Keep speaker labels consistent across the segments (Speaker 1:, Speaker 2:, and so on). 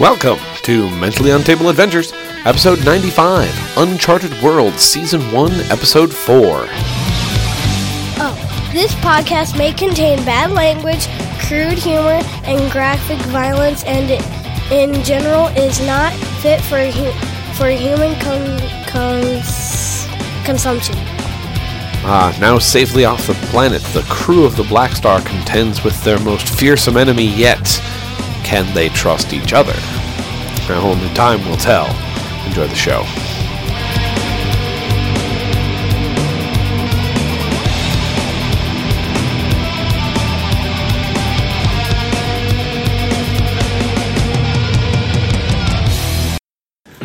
Speaker 1: Welcome to Mentally Untable Adventures, episode 95, Uncharted World, season 1, episode 4.
Speaker 2: Oh, this podcast may contain bad language, crude humor, and graphic violence, and it, in general is not fit for hu- for human con- cons- consumption.
Speaker 1: Ah, now safely off the planet, the crew of the Black Star contends with their most fearsome enemy yet. Can they trust each other? Now only time will tell. Enjoy the show.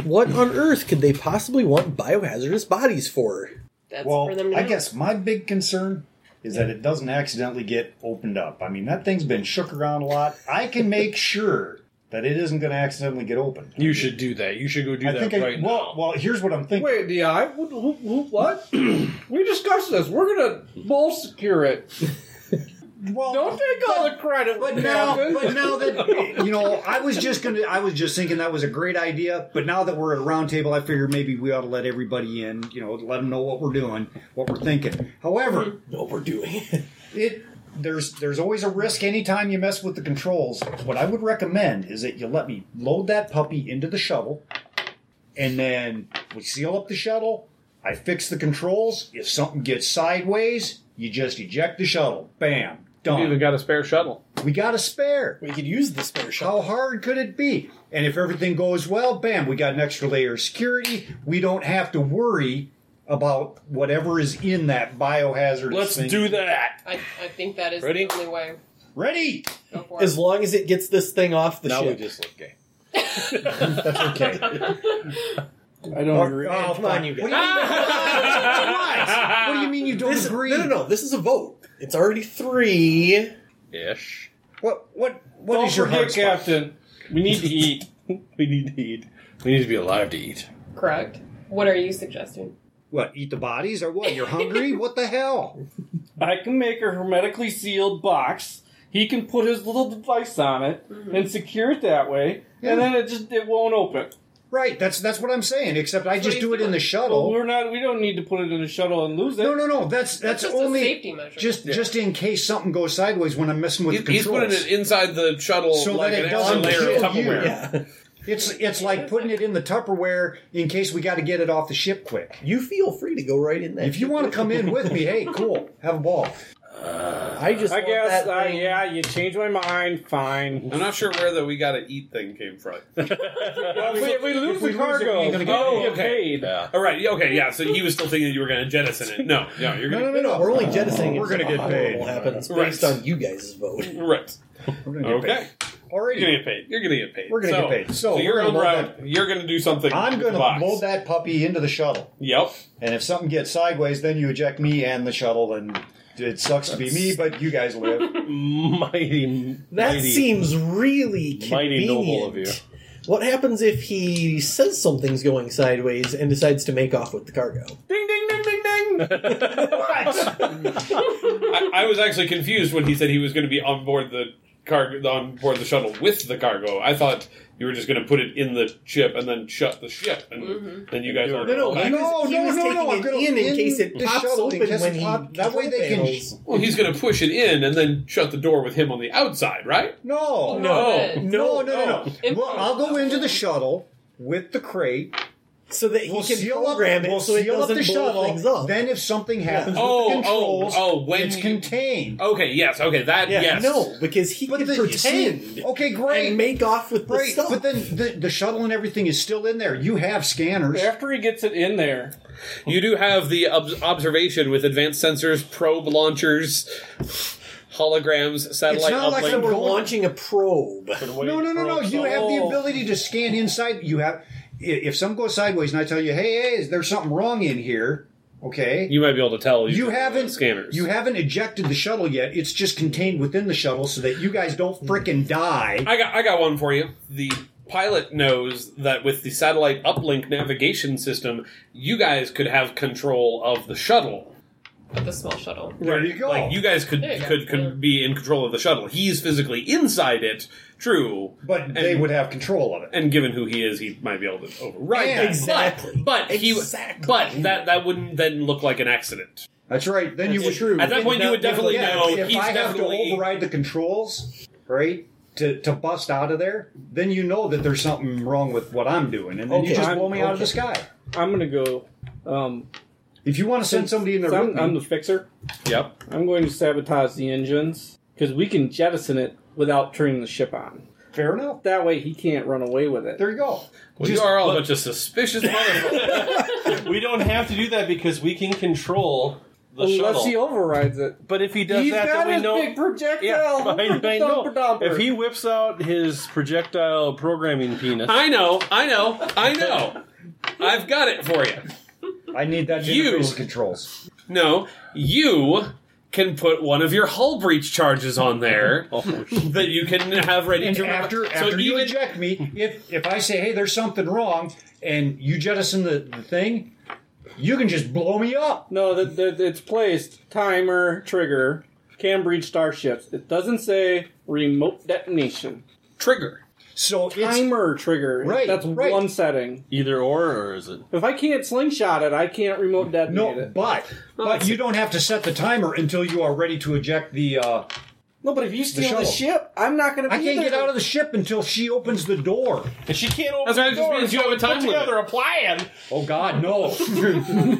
Speaker 3: What on earth could they possibly want biohazardous bodies for?
Speaker 4: That's
Speaker 5: well,
Speaker 4: for them to
Speaker 5: I
Speaker 4: know.
Speaker 5: guess my big concern is that it doesn't accidentally get opened up. I mean, that thing's been shook around a lot. I can make sure that it isn't going to accidentally get opened.
Speaker 6: You should do that. You should go do
Speaker 5: I
Speaker 6: that
Speaker 5: think.
Speaker 6: right
Speaker 5: I,
Speaker 6: now.
Speaker 5: well, well, here's what I'm thinking.
Speaker 6: Wait, Di, what? Who, who, what? we discussed this. We're gonna bowl secure it.
Speaker 5: well,
Speaker 6: Don't take all the credit.
Speaker 5: But now, but now that you know, I was just gonna, I was just thinking that was a great idea. But now that we're at a round table, I figure maybe we ought to let everybody in. You know, let them know what we're doing, what we're thinking.
Speaker 4: Hmm.
Speaker 5: However,
Speaker 3: What we're doing.
Speaker 5: it there's there's always a risk anytime you mess with the controls. What I would recommend is that you let me load that puppy into the shuttle, and then we seal up the shuttle. I fix the controls. If something gets sideways, you just eject the shuttle. Bam,
Speaker 6: you even
Speaker 5: done.
Speaker 6: got a spare shuttle.
Speaker 5: We got a spare.
Speaker 3: We could use the spare shot.
Speaker 5: How hard could it be? And if everything goes well, bam, we got an extra layer of security. We don't have to worry about whatever is in that biohazard. thing.
Speaker 6: that.
Speaker 4: I, I think that is
Speaker 6: Ready?
Speaker 4: the only way.
Speaker 5: Ready?
Speaker 4: Go for
Speaker 3: As
Speaker 4: it.
Speaker 3: long as it gets this thing off the
Speaker 6: Now we
Speaker 3: ship.
Speaker 6: just look gay.
Speaker 5: That's okay.
Speaker 6: I don't agree.
Speaker 3: Oh, come on, you guys.
Speaker 5: What do you mean you don't
Speaker 3: This is-
Speaker 5: agree?
Speaker 3: no, no, no. This is a vote. It's already three.
Speaker 6: Ish.
Speaker 5: What? What? What
Speaker 6: Don't
Speaker 5: is your
Speaker 6: forget,
Speaker 5: heart spot?
Speaker 6: Captain. We need to eat. we need to eat. We need to be alive to eat.
Speaker 4: Correct. What are you suggesting?
Speaker 5: What? Eat the bodies or what? You're hungry? what the hell?
Speaker 7: I can make a hermetically sealed box. He can put his little device on it and secure it that way,
Speaker 5: Yeah.
Speaker 7: and then it just it won't open.
Speaker 5: Right. That's that's what I'm saying. Except I just
Speaker 4: he's
Speaker 5: do it
Speaker 4: doing.
Speaker 5: in the
Speaker 6: Oh.
Speaker 7: Well,
Speaker 5: shuttle.
Speaker 7: we're not. We don't need to put it in a shuttle and lose it.
Speaker 5: No, no, no. That's that's,
Speaker 4: just
Speaker 5: only
Speaker 4: a safety measure.
Speaker 5: just just in case something goes sideways when I'm messing with
Speaker 8: He's,
Speaker 5: the
Speaker 8: he's
Speaker 5: controls.
Speaker 8: putting it inside the shuttle
Speaker 5: So
Speaker 8: like
Speaker 5: that it
Speaker 8: an extra
Speaker 5: doesn't
Speaker 8: layer of
Speaker 5: kill you.
Speaker 8: Tupperware.
Speaker 3: Yeah.
Speaker 5: It's it's like putting it in the Tupperware in case we got to get it off the ship quick.
Speaker 3: You feel free to go right in there.
Speaker 5: If you want to come in with me, hey, cool. Have a ball.
Speaker 3: I just.
Speaker 7: I
Speaker 3: want
Speaker 7: guess.
Speaker 3: that
Speaker 7: Uh,
Speaker 3: thing-
Speaker 7: yeah, you changed my mind. Fine.
Speaker 8: I'm not sure where the we gotta eat thing came from.
Speaker 7: Well, if we, if we lose
Speaker 5: we lose it,
Speaker 7: the cargo.
Speaker 5: we're gonna get
Speaker 7: oh,
Speaker 5: paid.
Speaker 7: get paid.
Speaker 8: All right, yeah, okay, yeah. So he was still thinking you were gonna jettison it. No, no, you're
Speaker 5: No,
Speaker 8: gonna
Speaker 5: no, no, no.
Speaker 3: We're only jettisoning.
Speaker 5: We're gonna
Speaker 3: if
Speaker 5: get
Speaker 3: something horrible
Speaker 5: paid.
Speaker 3: Happens
Speaker 8: Right.
Speaker 3: based on you guys' vote.
Speaker 8: right.
Speaker 5: We're gonna get paid.
Speaker 8: Okay, you're gonna
Speaker 5: Already.
Speaker 8: get paid. You're gonna get paid.
Speaker 5: We're gonna
Speaker 8: so,
Speaker 5: get paid. So
Speaker 8: you're
Speaker 5: we're
Speaker 8: on
Speaker 5: gonna
Speaker 8: the
Speaker 5: load
Speaker 8: road. You're gonna do something.
Speaker 5: I'm
Speaker 8: going
Speaker 5: gonna
Speaker 8: to box.
Speaker 5: load that puppy into the shuttle,
Speaker 8: Yep.
Speaker 5: and if something gets sideways, then you eject me and the shuttle, and it sucks to be me, but you guys live.
Speaker 6: Mighty.
Speaker 3: That
Speaker 6: mighty.
Speaker 3: seems really convenient.
Speaker 6: mighty noble of
Speaker 3: What happens if he says something's going sideways and decides to make off with the cargo?
Speaker 7: Ding ding ding ding ding.
Speaker 8: I, I was actually confused when he said he was gonna be on board the cargo, on board the shuttle with the cargo. I thought you were just gonna put it in the ship and then shut the ship, and then you guys. all
Speaker 3: No, no,
Speaker 8: go back.
Speaker 3: he
Speaker 5: No,
Speaker 3: was, he
Speaker 5: no,
Speaker 3: was
Speaker 5: no,
Speaker 3: taking
Speaker 5: no, I'm
Speaker 3: it
Speaker 5: gonna
Speaker 3: in in
Speaker 5: end
Speaker 3: case it
Speaker 5: the
Speaker 3: pops
Speaker 5: shuttle in
Speaker 3: open
Speaker 5: case
Speaker 3: when
Speaker 5: it
Speaker 3: he
Speaker 5: pop- that way they can-
Speaker 3: panels.
Speaker 8: Well, he's going to push it in and then shut the door with him on the outside, right?
Speaker 5: No,
Speaker 8: No.
Speaker 4: Good.
Speaker 5: no, no, no, no.
Speaker 4: Oh.
Speaker 5: Well, I'll go into the shuttle with the crate.
Speaker 3: so that he
Speaker 5: We'll
Speaker 3: can
Speaker 5: seal up.
Speaker 3: program it
Speaker 5: We'll
Speaker 3: so it
Speaker 5: seal up
Speaker 3: doesn't
Speaker 5: the
Speaker 3: blow things
Speaker 5: shuttle.
Speaker 3: up.
Speaker 5: Then, if something happens
Speaker 8: Oh,
Speaker 5: with the controls,
Speaker 8: oh, oh, when
Speaker 5: it's
Speaker 8: you-
Speaker 7: Oh,
Speaker 5: contained.
Speaker 8: Okay, yes, okay, that,
Speaker 3: yeah,
Speaker 8: yes.
Speaker 3: no, because he
Speaker 5: But
Speaker 3: can
Speaker 5: then you see-
Speaker 3: pretend
Speaker 5: okay, great.
Speaker 3: and make off with the
Speaker 5: Right,
Speaker 3: stuff.
Speaker 5: but then the, the shuttle and everything is still in there. You have scanners.
Speaker 7: After he gets it in there,
Speaker 8: You do have the ob- observation with advanced sensors, probe launchers, holograms, satellite
Speaker 5: not like
Speaker 8: uplink.
Speaker 5: some-
Speaker 3: we're launching a probe.
Speaker 5: No, no, no, no. You have the ability to scan inside. You have i- if some goes sideways, and I tell you, hey, hey, is there something wrong in here? Okay,
Speaker 8: you might be able to tell.
Speaker 5: you haven't
Speaker 8: Scanners.
Speaker 5: You haven't ejected the shuttle yet. It's just contained within the shuttle, so that you guys don't frickin' die.
Speaker 8: I got, I got one for you. The pilot knows that with the satellite uplink navigation system, you guys could have control of the shuttle.
Speaker 4: the small shuttle.
Speaker 5: There you go.
Speaker 8: Like you guys could
Speaker 4: There you go.
Speaker 8: could,
Speaker 4: Yeah.
Speaker 8: could be in control of the shuttle. He's physically inside it. True,
Speaker 5: but they
Speaker 8: and-
Speaker 5: would have control of it.
Speaker 8: and given who he is, he might be able to override
Speaker 5: Yeah,
Speaker 8: that. But-
Speaker 5: exactly.
Speaker 8: But, he,
Speaker 5: Exactly.
Speaker 8: but that that wouldn't then look like an accident.
Speaker 5: That's right. Then you
Speaker 8: That's
Speaker 5: would
Speaker 8: true. At that point, you would definitely
Speaker 5: yeah,
Speaker 8: know
Speaker 5: if
Speaker 8: he's
Speaker 5: I have to
Speaker 8: definitely-
Speaker 5: override the controls, right? To, to bust out of there, then you know that there's something wrong with what I'm doing, and then
Speaker 7: Okay,
Speaker 5: you just
Speaker 7: I'm-
Speaker 5: blow me out of the
Speaker 7: okay.
Speaker 5: sky.
Speaker 7: I'm gonna go. Um,
Speaker 5: If you want to send somebody in there,
Speaker 7: since
Speaker 5: with
Speaker 7: I'm,
Speaker 5: me-
Speaker 7: I'm the fixer.
Speaker 8: Yep.
Speaker 7: I'm going to sabotage the engines because we can jettison it without turning the ship on.
Speaker 5: fair enough.
Speaker 7: That way, he can't run away with it.
Speaker 5: There you go.
Speaker 8: Well,
Speaker 5: Just-
Speaker 8: you are all a bunch of suspicious motherfuckers.
Speaker 9: We don't have to do that because we can control the
Speaker 7: Unless
Speaker 9: shuttle.
Speaker 7: he overrides it.
Speaker 9: but if he does
Speaker 7: He's
Speaker 9: that,
Speaker 7: got
Speaker 9: then we
Speaker 7: his
Speaker 9: know.
Speaker 7: big projectile.
Speaker 9: yeah, I, I
Speaker 7: Dumper
Speaker 9: know.
Speaker 7: dumper.
Speaker 9: If he whips out his projectile programming penis,
Speaker 8: I know. I know. I know. I've got it for you.
Speaker 5: I need that to
Speaker 8: You-
Speaker 5: interface controls.
Speaker 8: No, you can put one of your hull breach charges on there that you can have ready
Speaker 5: And
Speaker 8: to
Speaker 5: after after you
Speaker 8: even-
Speaker 5: eject me, if if I say, "Hey, there's something wrong," and you jettison the, the thing, you can just blow me up.
Speaker 7: No, that, that it's placed timer trigger can breach starships. It doesn't say remote detonation.
Speaker 8: trigger.
Speaker 5: So it's
Speaker 7: Timer trigger.
Speaker 5: Right,
Speaker 7: That's
Speaker 5: right.
Speaker 7: one setting.
Speaker 9: either or, or is it?
Speaker 7: If I can't slingshot it, I can't remote detonate
Speaker 5: no,
Speaker 7: it.
Speaker 5: but but you don't have to set the timer until you are ready to eject the. Uh,
Speaker 7: No, but if you steal the,
Speaker 5: shuttle.
Speaker 7: ship, I'm not going to.
Speaker 5: I can't get out of the ship until she opens the door.
Speaker 9: And she can't open
Speaker 8: That's right, it just means you have a time
Speaker 9: put
Speaker 8: limit.
Speaker 9: together a plan.
Speaker 5: Oh God, no.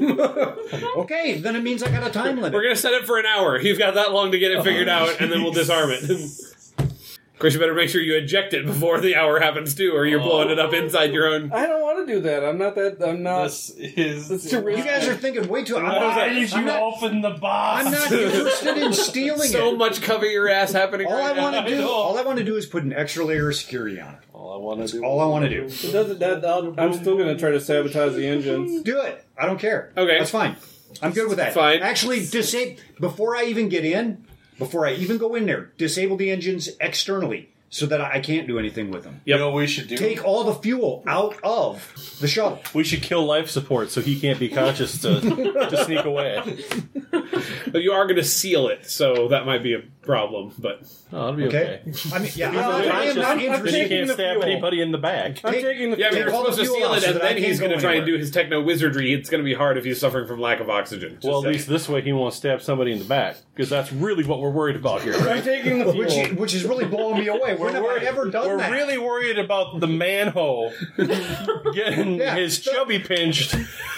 Speaker 5: okay, then it means I got a time limit.
Speaker 8: We're gonna set it for an hour. You've got that long to get it figured out, and then we'll disarm it. Of course, you better make sure you eject it before the hour happens too, or you're blowing it up inside your own.
Speaker 7: I don't want to do that. I'm not that. I'm not.
Speaker 9: This is.
Speaker 7: it's too
Speaker 5: you
Speaker 7: risky.
Speaker 5: guys are thinking way too. I'm
Speaker 9: Why
Speaker 5: not,
Speaker 9: did you
Speaker 5: I'm not,
Speaker 9: open the box?
Speaker 5: I'm not interested in stealing
Speaker 8: So
Speaker 5: it.
Speaker 8: much cover your ass happening.
Speaker 5: All I
Speaker 8: right
Speaker 5: want
Speaker 8: now.
Speaker 5: to do,
Speaker 9: know.
Speaker 5: all I want to do, is put an extra layer of security on it.
Speaker 9: all I want to
Speaker 5: That's
Speaker 9: do.
Speaker 5: all I want to do.
Speaker 7: It doesn't. That, I'll, I'm still going to try to sabotage the engines.
Speaker 5: Do it. I don't care.
Speaker 8: Okay.
Speaker 5: that's fine. I'm good with that.
Speaker 8: Fine.
Speaker 5: Actually, disable before I even get in. Before I even go in there, disable the engines externally so that I can't do anything with them.
Speaker 9: You know what we should do?
Speaker 5: Take all the fuel out of the shuttle.
Speaker 9: we should kill life support so he can't be conscious to, to sneak away.
Speaker 8: But you are gonna seal it, so that might be a problem. But
Speaker 9: Oh, that'll be
Speaker 5: Okay.
Speaker 9: okay.
Speaker 5: I mean, yeah, I, I am
Speaker 9: Conscious,
Speaker 5: not
Speaker 9: Then you
Speaker 5: interested.
Speaker 7: taking
Speaker 9: can't
Speaker 7: the
Speaker 9: stab
Speaker 7: fuel.
Speaker 9: anybody in the back.
Speaker 7: I'm
Speaker 5: Take-
Speaker 7: taking the.
Speaker 8: yeah, but
Speaker 5: Take
Speaker 8: you're
Speaker 5: all the
Speaker 8: supposed to
Speaker 5: fuel
Speaker 8: seal
Speaker 5: out
Speaker 8: it,
Speaker 5: so
Speaker 8: and
Speaker 5: that I
Speaker 8: then
Speaker 5: can't
Speaker 8: he's
Speaker 5: go
Speaker 8: gonna try and
Speaker 5: anywhere.
Speaker 8: do his techno wizardry. It's gonna be hard if he's suffering from lack of oxygen. Just
Speaker 9: Well, at
Speaker 8: saying.
Speaker 9: least this way he won't stab somebody in the back because that's really what we're worried about here.
Speaker 7: I'm taking the fuel.
Speaker 5: Which, is- which is really blowing me away. When have I
Speaker 9: worried-
Speaker 5: ever done
Speaker 9: We're
Speaker 5: that?
Speaker 9: really worried about the manhole getting
Speaker 5: Yeah.
Speaker 9: his chubby pinched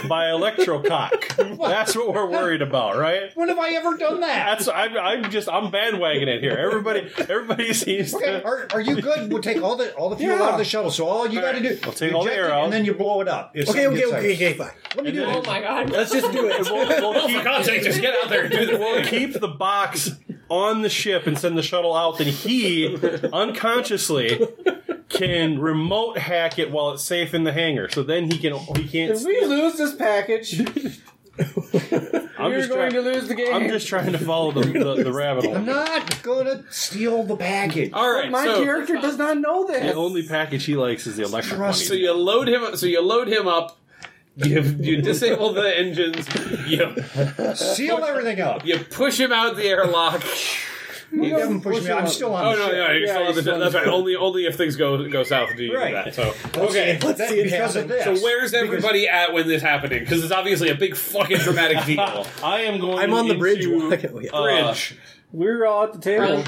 Speaker 9: by electrocock. That's what we're worried about, right?
Speaker 5: when have I ever done that?
Speaker 9: That's I'm, I'm just I'm bandwagoning it here. Everybody everybody seems
Speaker 5: Okay,
Speaker 9: to
Speaker 5: are, are you good? We'll take all the all the fuel
Speaker 7: Yeah.
Speaker 5: out of the shuttle. So all you got to do,
Speaker 9: I'll take all the
Speaker 5: eject
Speaker 9: air
Speaker 5: it,
Speaker 9: out.
Speaker 5: and then you blow it up. if
Speaker 3: Okay,
Speaker 5: something
Speaker 3: okay,
Speaker 5: gets
Speaker 3: okay,
Speaker 5: excited.
Speaker 3: okay, fine.
Speaker 5: Let me do
Speaker 4: Oh
Speaker 5: it.
Speaker 4: my god.
Speaker 3: Let's just do it.
Speaker 9: we'll, we'll keep,
Speaker 8: God's sake, just get out there and do the
Speaker 9: we'll keep the box on the ship and send the shuttle out. Then he unconsciously can remote hack it while it's safe in the hangar. So then he can he can't.
Speaker 7: If we lose this package,
Speaker 9: I'm
Speaker 7: you're
Speaker 9: just
Speaker 7: going
Speaker 9: try-
Speaker 7: to lose the game.
Speaker 9: I'm just trying to follow the, the, the rabbit hole.
Speaker 5: I'm not gonna steal the package.
Speaker 8: All right,
Speaker 7: My
Speaker 8: so,
Speaker 7: character does not know this.
Speaker 9: The only package he likes is the electric
Speaker 5: Trust
Speaker 8: so
Speaker 9: one.
Speaker 8: you load him. So you load him up. You, you disable the engines. You
Speaker 5: Seal everything up.
Speaker 8: you push him out the airlock.
Speaker 5: You haven't pushed me. I'm still on.
Speaker 8: Oh
Speaker 5: the
Speaker 8: no,
Speaker 5: ship.
Speaker 8: no, you're
Speaker 7: Yeah,
Speaker 8: still on the
Speaker 7: he's on
Speaker 8: that's
Speaker 7: the
Speaker 8: right.
Speaker 7: ship.
Speaker 8: Only only if things go go south do you
Speaker 5: Right.
Speaker 8: do that. So
Speaker 3: Okay,
Speaker 8: okay.
Speaker 3: let's
Speaker 5: That-
Speaker 3: see it
Speaker 5: because of
Speaker 3: happen.
Speaker 5: this.
Speaker 8: So where's everybody at when this happening? Because it's obviously a big fucking dramatic deal.
Speaker 9: I am going.
Speaker 3: I'm on the bridge.
Speaker 9: into,
Speaker 3: Oh, yeah.
Speaker 9: uh,
Speaker 8: Bridge.
Speaker 7: We're all at the table.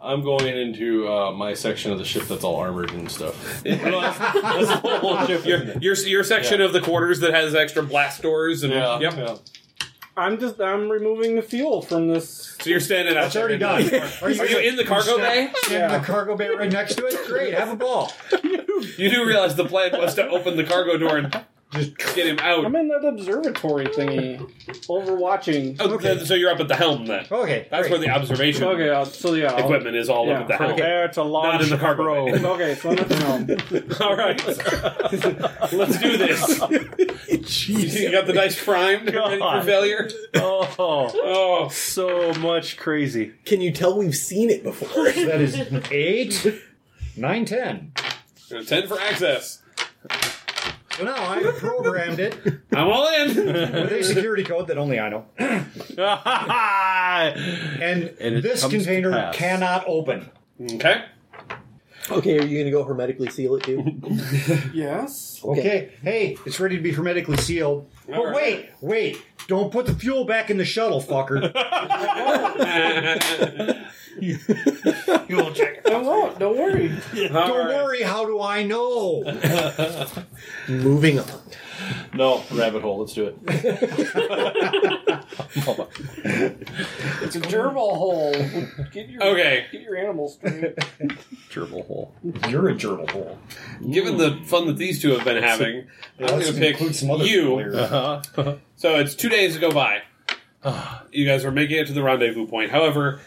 Speaker 9: I'm going into uh, my section of the ship that's all armored and stuff. That's- that's the whole ship.
Speaker 8: Your, your your section
Speaker 9: Yeah.
Speaker 8: of the quarters that has extra blast doors and
Speaker 9: Yeah,
Speaker 8: yep.
Speaker 9: yeah.
Speaker 7: I'm just. I'm removing the fuel from this.
Speaker 8: So you're standing out.
Speaker 5: That's already
Speaker 8: there.
Speaker 5: done.
Speaker 8: Are you in the cargo bay?
Speaker 5: Yeah. In the cargo bay right next to it. Great. Have a ball.
Speaker 8: You do realize the plan was to open the cargo door and
Speaker 5: Just
Speaker 8: get him out.
Speaker 7: I'm in that observatory thingy, overwatching.
Speaker 8: Oh, th- So you're up at the helm then.
Speaker 5: okay.
Speaker 8: That's
Speaker 5: Oh, great.
Speaker 8: where the observation
Speaker 7: Okay, uh, so yeah. I'll-
Speaker 8: equipment is all
Speaker 7: yeah.
Speaker 8: up at the helm.
Speaker 9: Prepare to launch
Speaker 8: Not in the cargo
Speaker 9: probe.
Speaker 7: Okay,
Speaker 8: bay.
Speaker 7: so I'm at the helm.
Speaker 8: All right, let's do this. You got the dice primed, ready for
Speaker 9: God.
Speaker 8: failure.
Speaker 9: Oh,
Speaker 8: Oh,
Speaker 9: so much crazy.
Speaker 3: Can you tell we've seen it before?
Speaker 5: That is eight, nine, ten.
Speaker 8: ten for access.
Speaker 5: Well, no, I programmed it
Speaker 8: I'm all in.
Speaker 5: with a security code that only I know. And,
Speaker 9: And it
Speaker 5: this
Speaker 9: comes to
Speaker 5: container
Speaker 9: pass.
Speaker 5: cannot open.
Speaker 8: okay.
Speaker 3: Okay, are you going to go hermetically seal it too?
Speaker 7: Yes.
Speaker 5: Okay. Hey, it's ready to be hermetically sealed. but
Speaker 8: right.
Speaker 5: wait, wait. Don't put the fuel back in the shuttle, fucker. fuel check.
Speaker 7: I won't. Don't worry.
Speaker 5: Don't worry, how do I know?
Speaker 3: Moving on.
Speaker 9: No, rabbit hole. Let's do it.
Speaker 7: It's a gerbil hole. Get your
Speaker 8: Okay.
Speaker 7: Get your animal straight.
Speaker 9: Gerbil hole.
Speaker 5: You're a gerbil hole.
Speaker 8: Given the fun that these two have been having, I'm
Speaker 5: Let's
Speaker 8: going to pick
Speaker 5: include some other people
Speaker 8: you.
Speaker 5: here.
Speaker 9: Uh-huh.
Speaker 8: So it's two days go by. You guys are making it to the rendezvous point. However,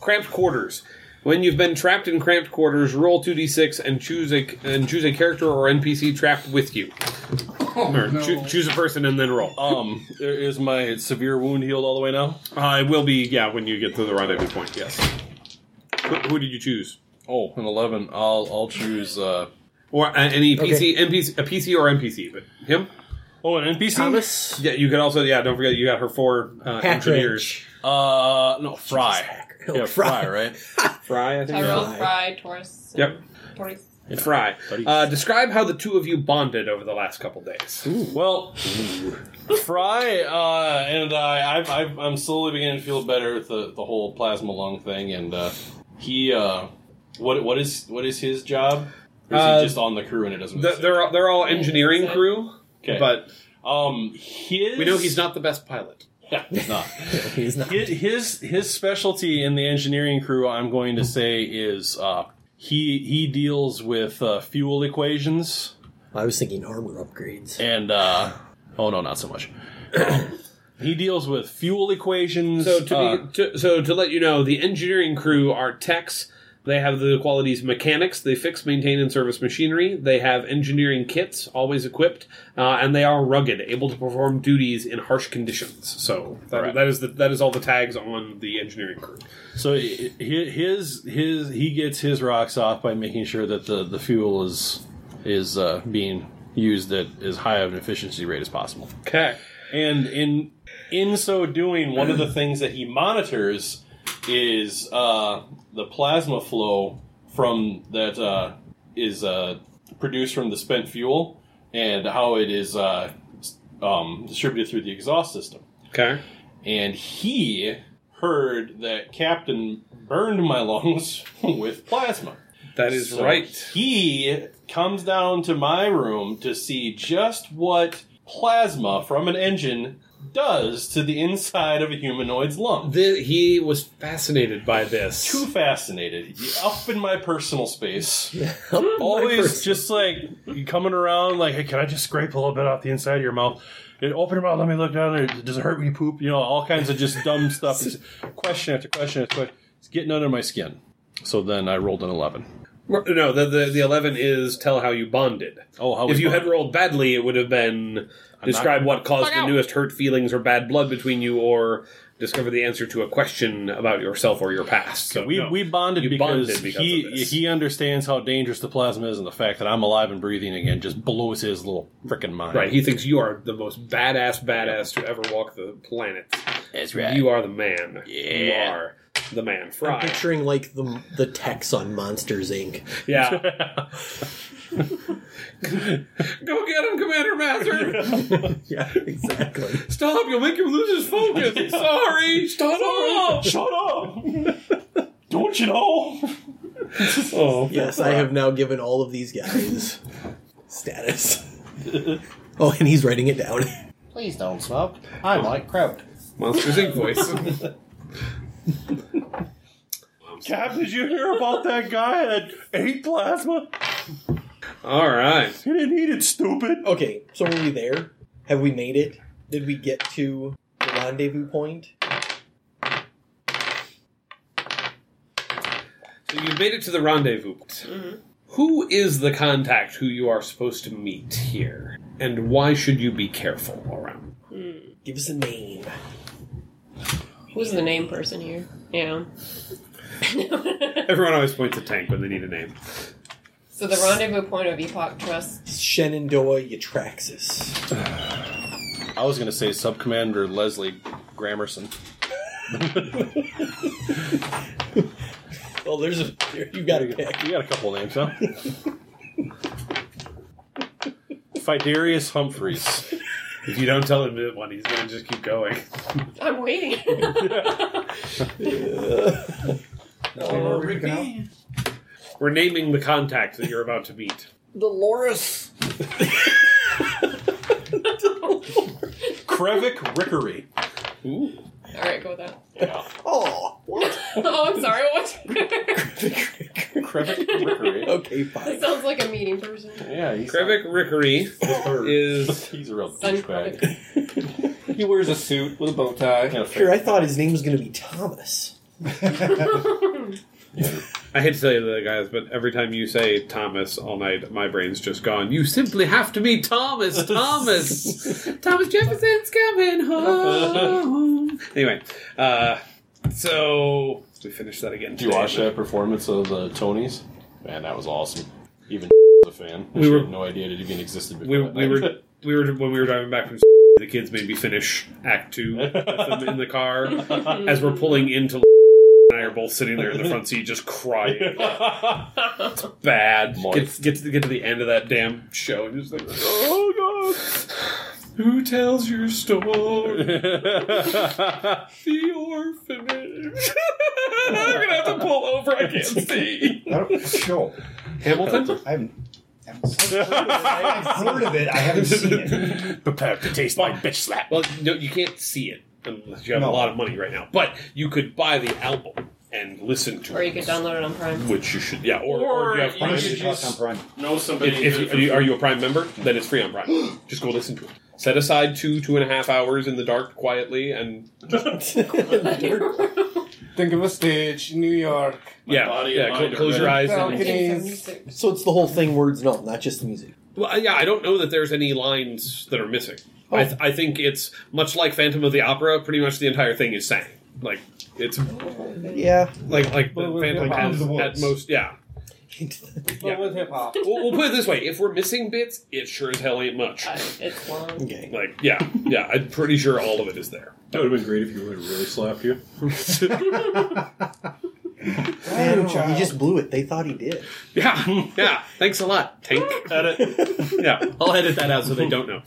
Speaker 8: cramped quarters. When you've been trapped in cramped quarters, roll two d six and choose a and choose a character or NPC trapped with you.
Speaker 9: Oh,
Speaker 8: or choo- choose a person and then roll.
Speaker 9: Um, there is my severe wound healed all the way now.
Speaker 8: Uh, it will be yeah when you get to the rendezvous point. Yes. Who, who did you choose?
Speaker 9: Oh, an eleven. I'll I'll choose. Uh,
Speaker 8: Or uh, any PC, NPC, a PC or NPC, but him.
Speaker 9: oh, an NPC.
Speaker 3: Thomas
Speaker 8: Yeah, you could also yeah. Don't forget you got her four uh, engineers.
Speaker 3: Patridge.
Speaker 9: Uh, no, Fry. Yeah, Fry.
Speaker 3: Fry.
Speaker 9: Right.
Speaker 8: Fry, I think.
Speaker 4: Tyrell Fry, Taurus. uh,
Speaker 8: Yep.
Speaker 4: Taurus.
Speaker 8: Fry. Uh, describe how the two of you bonded over the last couple days.
Speaker 9: Well, Fry uh, and I, I've, I've, I'm slowly beginning to feel better with the, the whole plasma lung thing. And uh, he, uh, what what is what is his job? Or is
Speaker 8: Uh,
Speaker 9: he just on the crew and it doesn't?
Speaker 8: Th- They're all, they're all engineering crew,
Speaker 9: okay.
Speaker 8: but
Speaker 9: um, his
Speaker 8: we know he's not the best pilot.
Speaker 9: Yeah, he's not.
Speaker 3: He's not.
Speaker 9: his, his his specialty in the engineering crew, I'm going to say, is uh, he he deals with uh, fuel equations.
Speaker 3: I was thinking armor upgrades.
Speaker 9: and uh oh no not so much he deals with fuel equations
Speaker 8: So to,
Speaker 9: uh,
Speaker 8: be, to so to let you know, the engineering crew are techs. They have the qualities mechanics. They fix, maintain, and service machinery. They have engineering kits, always equipped, uh, and they are rugged, able to perform duties in harsh conditions. So that,
Speaker 9: Right.
Speaker 8: that is the, that is all the tags on the engineering crew.
Speaker 9: so hi- his his he gets his rocks off by making sure that the the fuel is is uh, being used at as high of an efficiency rate as possible
Speaker 8: Okay.
Speaker 9: and in in so doing one of the things that he monitors is uh the plasma flow from that uh is uh produced from the spent fuel and how it is uh s- um distributed through the exhaust system
Speaker 8: Okay.
Speaker 9: and he heard that Captain burned my lungs with plasma.
Speaker 8: That is
Speaker 9: So
Speaker 8: right.
Speaker 9: He comes down to my room to see just what plasma from an engine does to the inside of a humanoid's lung.
Speaker 8: The, he was fascinated by this.
Speaker 9: Too fascinated, up in my personal space.
Speaker 3: My
Speaker 9: Always
Speaker 3: first-
Speaker 9: just like coming around, like, hey, can I just scrape a little bit off the inside of your mouth? Hey, Open your mouth, let me look down there. Does it hurt when you poop? You know, all kinds of just dumb stuff. It's question after question after question. It's getting under my skin. So then I rolled an 11.
Speaker 8: No, the, the the eleven is tell how you bonded.
Speaker 9: Oh, how
Speaker 8: if
Speaker 9: we
Speaker 8: you
Speaker 9: bond.
Speaker 8: had rolled badly, it would have been describe what caused the newest hurt feelings or bad blood between you, or discover the answer to a question about yourself or your past. So
Speaker 9: We,
Speaker 8: no.
Speaker 9: we bonded
Speaker 8: You
Speaker 9: because,
Speaker 8: bonded because
Speaker 9: he
Speaker 8: of this.
Speaker 9: he understands how dangerous the plasma is, and the fact that I'm alive and breathing again just blows his little freaking mind.
Speaker 8: right. He thinks you are the most badass badass to ever walk the planet.
Speaker 9: That's
Speaker 8: You are the man. You
Speaker 9: Yeah.
Speaker 8: are the man.
Speaker 3: I'm
Speaker 8: Fry.
Speaker 3: picturing like the the text on Monsters Inc.
Speaker 8: Yeah. Go get him, Commander Master.
Speaker 3: Yeah, exactly.
Speaker 8: Stop! You'll make him lose his focus. Sorry. Stop.
Speaker 9: Shut up! Don't you know?
Speaker 3: Yes, I have now given all of these guys status. Oh, and he's writing it down.
Speaker 5: Please don't stop. I'm like Kraut.
Speaker 8: Monsters Inc. voice.
Speaker 9: Cap, did you hear about that guy that ate plasma?
Speaker 8: All right.
Speaker 9: He didn't eat it, stupid.
Speaker 3: Okay, so are we there? Have we made it? Did we get to the rendezvous point?
Speaker 8: So you've made it to the rendezvous. Who is the contact who you are supposed to meet here? And why should you be careful around?
Speaker 3: Give us a name.
Speaker 4: Who's the name person here? Yeah.
Speaker 8: Everyone always points at Tank when they need a name.
Speaker 4: So the rendezvous point of Epoch Trust.
Speaker 3: Shenandoah Eutraxis.
Speaker 9: I was going to say Sub Commander Leslie Gramerson.
Speaker 3: Well, Oh, there's a you got to pick.
Speaker 9: You got a couple names, huh? Fidarius Humphreys.
Speaker 8: If you don't tell him that one, he's going to just keep going.
Speaker 4: I'm waiting.
Speaker 5: Are we picking out?
Speaker 8: We're naming the contact that you're about to meet.
Speaker 7: Dolores.
Speaker 9: Krevik Rickery.
Speaker 4: All right, go with that.
Speaker 3: Oh,
Speaker 4: Oh, I'm sorry. What?
Speaker 9: Krevik Rickery.
Speaker 3: okay,
Speaker 4: that
Speaker 3: fine.
Speaker 4: sounds like a meeting person.
Speaker 9: Yeah, he's
Speaker 8: Krevik Rickery is
Speaker 9: He's a real
Speaker 4: Sun
Speaker 9: douchebag.
Speaker 4: Krevik.
Speaker 7: He wears a suit with a bow tie.
Speaker 9: Kind of
Speaker 3: Sure,
Speaker 9: fair.
Speaker 3: I thought his name was going to be Thomas.
Speaker 8: I hate to tell you that, guys, but every time you say Thomas all night, my brain's just gone. You simply have to meet Thomas, Thomas, Thomas Jefferson's coming home. anyway, uh, so we finished that again.
Speaker 9: Did you
Speaker 8: today.
Speaker 9: watch that performance of the Tonys? Man, that was awesome. Even was a fan.
Speaker 8: We
Speaker 9: We
Speaker 8: were-
Speaker 9: had no idea it even existed before.
Speaker 8: We,
Speaker 9: that.
Speaker 8: we were we were when we were driving back from. The kids made me finish Act Two with them in the car as we're pulling into. And I are both sitting there in the front seat, just crying. bad.
Speaker 9: Moist.
Speaker 8: Gets, gets to get to the end of that damn show and just like, oh god, who tells your story? the orphanage. I'm gonna have to pull over. I can't see.
Speaker 5: I don't- Sure.
Speaker 8: Hamilton.
Speaker 5: I haven't. I have heard of it. I haven't seen it.
Speaker 9: Prepare to taste my bitch slap.
Speaker 8: Well, no, you can't see it unless you have
Speaker 5: No.
Speaker 8: a lot of money right now. But you could buy the album and listen to
Speaker 4: Or
Speaker 8: it,
Speaker 4: you could download it on Prime.
Speaker 8: which you should. Yeah, or, or,
Speaker 9: Or
Speaker 8: you have
Speaker 9: you
Speaker 8: Prime.
Speaker 5: Prime
Speaker 9: should
Speaker 5: is cost on Prime.
Speaker 9: Know somebody.
Speaker 8: If, if you, are, you, are you a Prime member? Then it's free on Prime. Just go listen to it. Set aside two two and a half hours in the dark quietly and
Speaker 7: Think of a stage in New York.
Speaker 8: yeah,
Speaker 9: body and
Speaker 8: yeah.
Speaker 9: mind
Speaker 8: Cl-
Speaker 9: are
Speaker 8: close your eyes.
Speaker 7: ready.
Speaker 8: And,
Speaker 3: So it's the whole thing, words and all, not just the music.
Speaker 8: well, yeah, I don't know that there's any lines that are missing.
Speaker 4: Oh.
Speaker 8: I, th- I think it's much like Phantom of the Opera. Pretty much the entire thing is sang. Like it's
Speaker 3: Yeah.
Speaker 8: like like the
Speaker 7: Well, we're
Speaker 8: Phantom
Speaker 7: behind
Speaker 8: has
Speaker 5: the
Speaker 8: at
Speaker 5: woods.
Speaker 8: most yeah.
Speaker 7: But with hip hop.
Speaker 8: We'll, we'll put it this way: if we're missing bits, it sure as hell ain't much.
Speaker 4: It's long.
Speaker 3: okay.
Speaker 8: Like yeah, yeah. I'm pretty sure all of it is there.
Speaker 9: That would have been great if you would have really slapped you.
Speaker 3: Man, he just blew it. They thought he did.
Speaker 8: Yeah, yeah. Thanks a lot, Tank. Edit. Yeah, I'll edit that out so they don't know.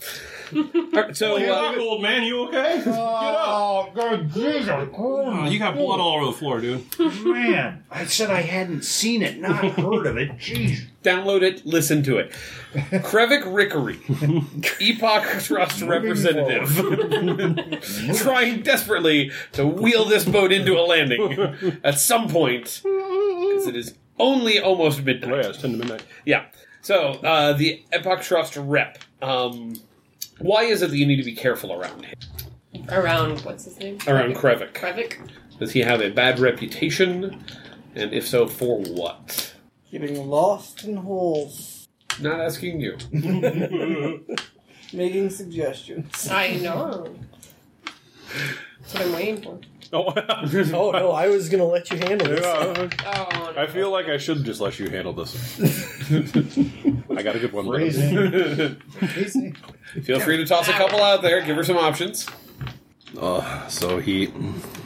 Speaker 8: All right,
Speaker 9: Oh,
Speaker 8: so uh,
Speaker 9: old man. You okay?
Speaker 5: Oh, good Jesus. Oh,
Speaker 9: you got blood all over the floor, dude.
Speaker 5: man. I said I hadn't seen it, not heard of it. Jeez.
Speaker 8: download it, listen to it. Krevik Rickery, Epoch Trust representative, trying desperately to wheel this boat into a landing at some point because it is only almost midnight.
Speaker 9: Oh, yeah, it's 10 to midnight.
Speaker 8: Yeah. So uh, the Epoch Trust rep. Um, why is it that you need to be careful around him?
Speaker 4: Around, what's his name?
Speaker 8: Around Krevik.
Speaker 4: Krevik?
Speaker 8: Does he have a bad reputation? And if so, for what?
Speaker 10: Getting lost in holes.
Speaker 8: Not asking you.
Speaker 10: Making suggestions.
Speaker 4: I know. That's what I'm waiting for.
Speaker 9: Oh,
Speaker 3: Oh no, I was going to let you handle this.
Speaker 4: Oh, no.
Speaker 9: I feel like I should just let you handle this. I got a good one. brother.
Speaker 5: Phrasing. Phrasing.
Speaker 8: Feel free to toss a couple out there. Give her some options.
Speaker 9: Uh, so he.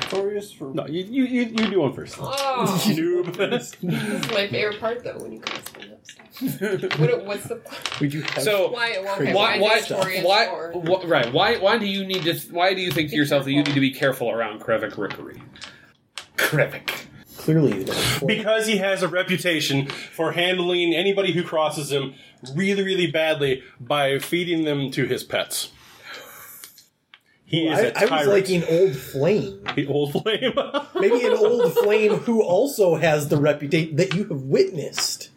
Speaker 10: Notorious for
Speaker 9: No, you, you, you, you do one first.
Speaker 4: Oh,
Speaker 9: Noob.
Speaker 4: this is my favorite part though when you guys bring up stuff. What, what's the
Speaker 3: Would you have
Speaker 8: So
Speaker 4: why? well, Okay,
Speaker 8: why
Speaker 4: why?
Speaker 8: why
Speaker 4: is Torian
Speaker 8: why,
Speaker 4: short?
Speaker 8: wh- right why why do you need to why do you think to
Speaker 4: Be
Speaker 8: yourself that you need
Speaker 4: careful.
Speaker 8: to be careful around Krevik Rickery? Krevik.
Speaker 3: clearly you don't.
Speaker 9: because he has a reputation for handling anybody who crosses him really, really badly by feeding them to his pets. He is
Speaker 3: I,
Speaker 9: a
Speaker 3: I
Speaker 9: tyrant.
Speaker 3: was liking old flame.
Speaker 9: the old flame.
Speaker 3: Maybe an old flame who also has the reputation that you have witnessed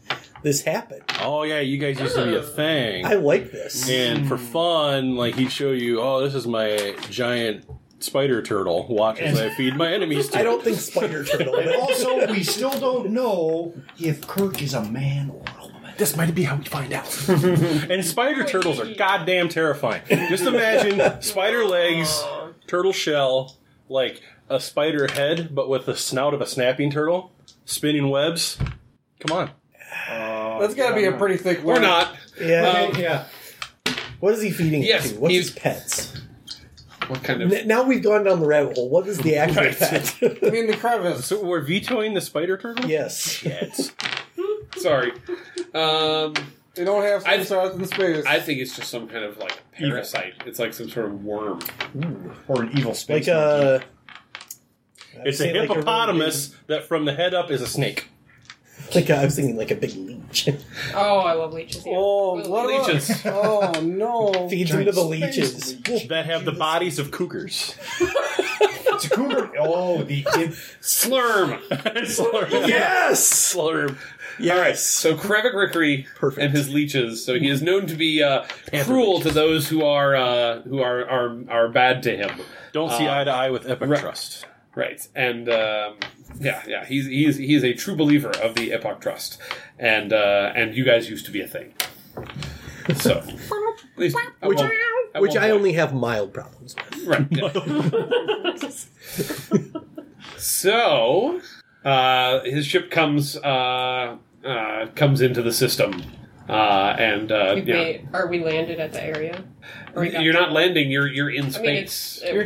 Speaker 3: this happen.
Speaker 9: oh yeah, you guys used to be a thing.
Speaker 3: I Hmm. like this.
Speaker 9: and for fun, like he'd show you, oh, this is my giant spider turtle. Watch as I feed my enemies to.
Speaker 3: I
Speaker 9: it."
Speaker 3: don't think Spider Turtle.
Speaker 5: And
Speaker 3: but
Speaker 5: also, we still don't know if Kirk is a man or a woman.
Speaker 9: This might be how we find out. and spider turtles are goddamn terrifying. Just imagine spider legs, turtle shell, like a spider head, but with the snout of a snapping turtle, spinning webs. Come on.
Speaker 7: That's got to be a pretty thick
Speaker 8: Or not.
Speaker 3: Yeah,
Speaker 8: Um,
Speaker 3: yeah. What is he feeding
Speaker 8: Yes,
Speaker 3: it to? What's
Speaker 8: he's-
Speaker 3: his pets?
Speaker 8: What kind of?
Speaker 3: N- now we've gone down the rabbit hole. What is the actual
Speaker 8: Right.
Speaker 3: pet?
Speaker 7: I mean, the crevice.
Speaker 9: So we're vetoing the spider turtle.
Speaker 3: yes.
Speaker 9: Yes.
Speaker 8: Sorry. Um,
Speaker 7: They don't have
Speaker 8: I-
Speaker 7: stars in space.
Speaker 8: I think it's just some kind of like parasite. It's like some sort of worm.
Speaker 5: Or an evil space.
Speaker 3: Like a.
Speaker 9: It's uh, a hippopotamus that from the head up is a snake.
Speaker 3: Like a, I was thinking, like a big leech.
Speaker 4: Oh, I love leeches. Yeah.
Speaker 7: Oh,
Speaker 4: Well,
Speaker 7: what about-
Speaker 9: Leeches
Speaker 7: Oh no!
Speaker 3: Feeds him
Speaker 5: Giant
Speaker 3: to the
Speaker 5: space
Speaker 3: leeches.
Speaker 9: that have the bodies of cougars.
Speaker 5: monkey. It's a cougar. Oh, the it,
Speaker 8: Slurm.
Speaker 9: Slurm.
Speaker 3: Yes.
Speaker 9: Slurm.
Speaker 3: Yes. All right.
Speaker 8: So Krevik Rickery
Speaker 3: Perfect.
Speaker 8: and his leeches. So he is known to be uh, cruel to those who are uh, who are, are are bad to him.
Speaker 9: Don't see eye to eye with Epic
Speaker 8: right.
Speaker 9: Trust.
Speaker 8: Right, and um, yeah, yeah, he's he's he's a true believer of the Epoch Trust, and uh, and you guys used to be a thing. So, at least at
Speaker 3: Which-
Speaker 8: one- at
Speaker 3: Which
Speaker 8: one
Speaker 3: I
Speaker 8: point.
Speaker 3: only have mild problems with.
Speaker 8: right. yeah. so, uh, his ship comes uh, uh, comes into the system, uh, and uh,
Speaker 4: We've
Speaker 8: you know,
Speaker 4: made- are we landed at the area? Or we got
Speaker 8: you're
Speaker 4: to-
Speaker 8: not landing. You're you're in
Speaker 4: I mean, it's,
Speaker 8: space.
Speaker 4: it-
Speaker 7: You're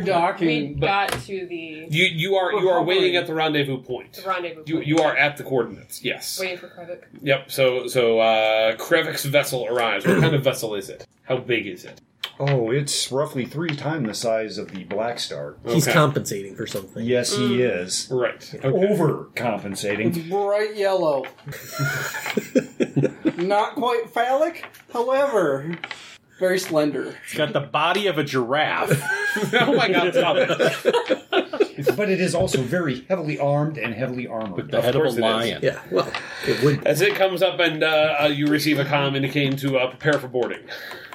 Speaker 4: We
Speaker 7: docking,
Speaker 8: but-
Speaker 4: got to the
Speaker 8: you you are
Speaker 7: We're
Speaker 8: you are
Speaker 7: hovering.
Speaker 8: waiting at the rendezvous point.
Speaker 4: the rendezvous.
Speaker 8: You
Speaker 4: point.
Speaker 8: you are at the coordinates. Yes.
Speaker 4: waiting for Krevik.
Speaker 8: Yep. So so uh, Krevik's vessel arrives. What kind of vessel is it? How big is it?
Speaker 5: oh, it's roughly three times the size of the black star.
Speaker 3: He's
Speaker 8: Okay.
Speaker 3: compensating for something.
Speaker 5: Yes, he is.
Speaker 8: Right. Okay.
Speaker 5: Overcompensating.
Speaker 7: It's Mm, bright yellow. Not quite phallic, however, very slender.
Speaker 9: It's got the body of a giraffe.
Speaker 8: oh my God! Stop it.
Speaker 5: but it is also very heavily armed and heavily armored.
Speaker 9: the head of a
Speaker 8: course it is.
Speaker 9: lion.
Speaker 3: Yeah. Well, it would.
Speaker 8: As it comes up and uh, uh, you receive a comm indicating to uh, prepare for boarding.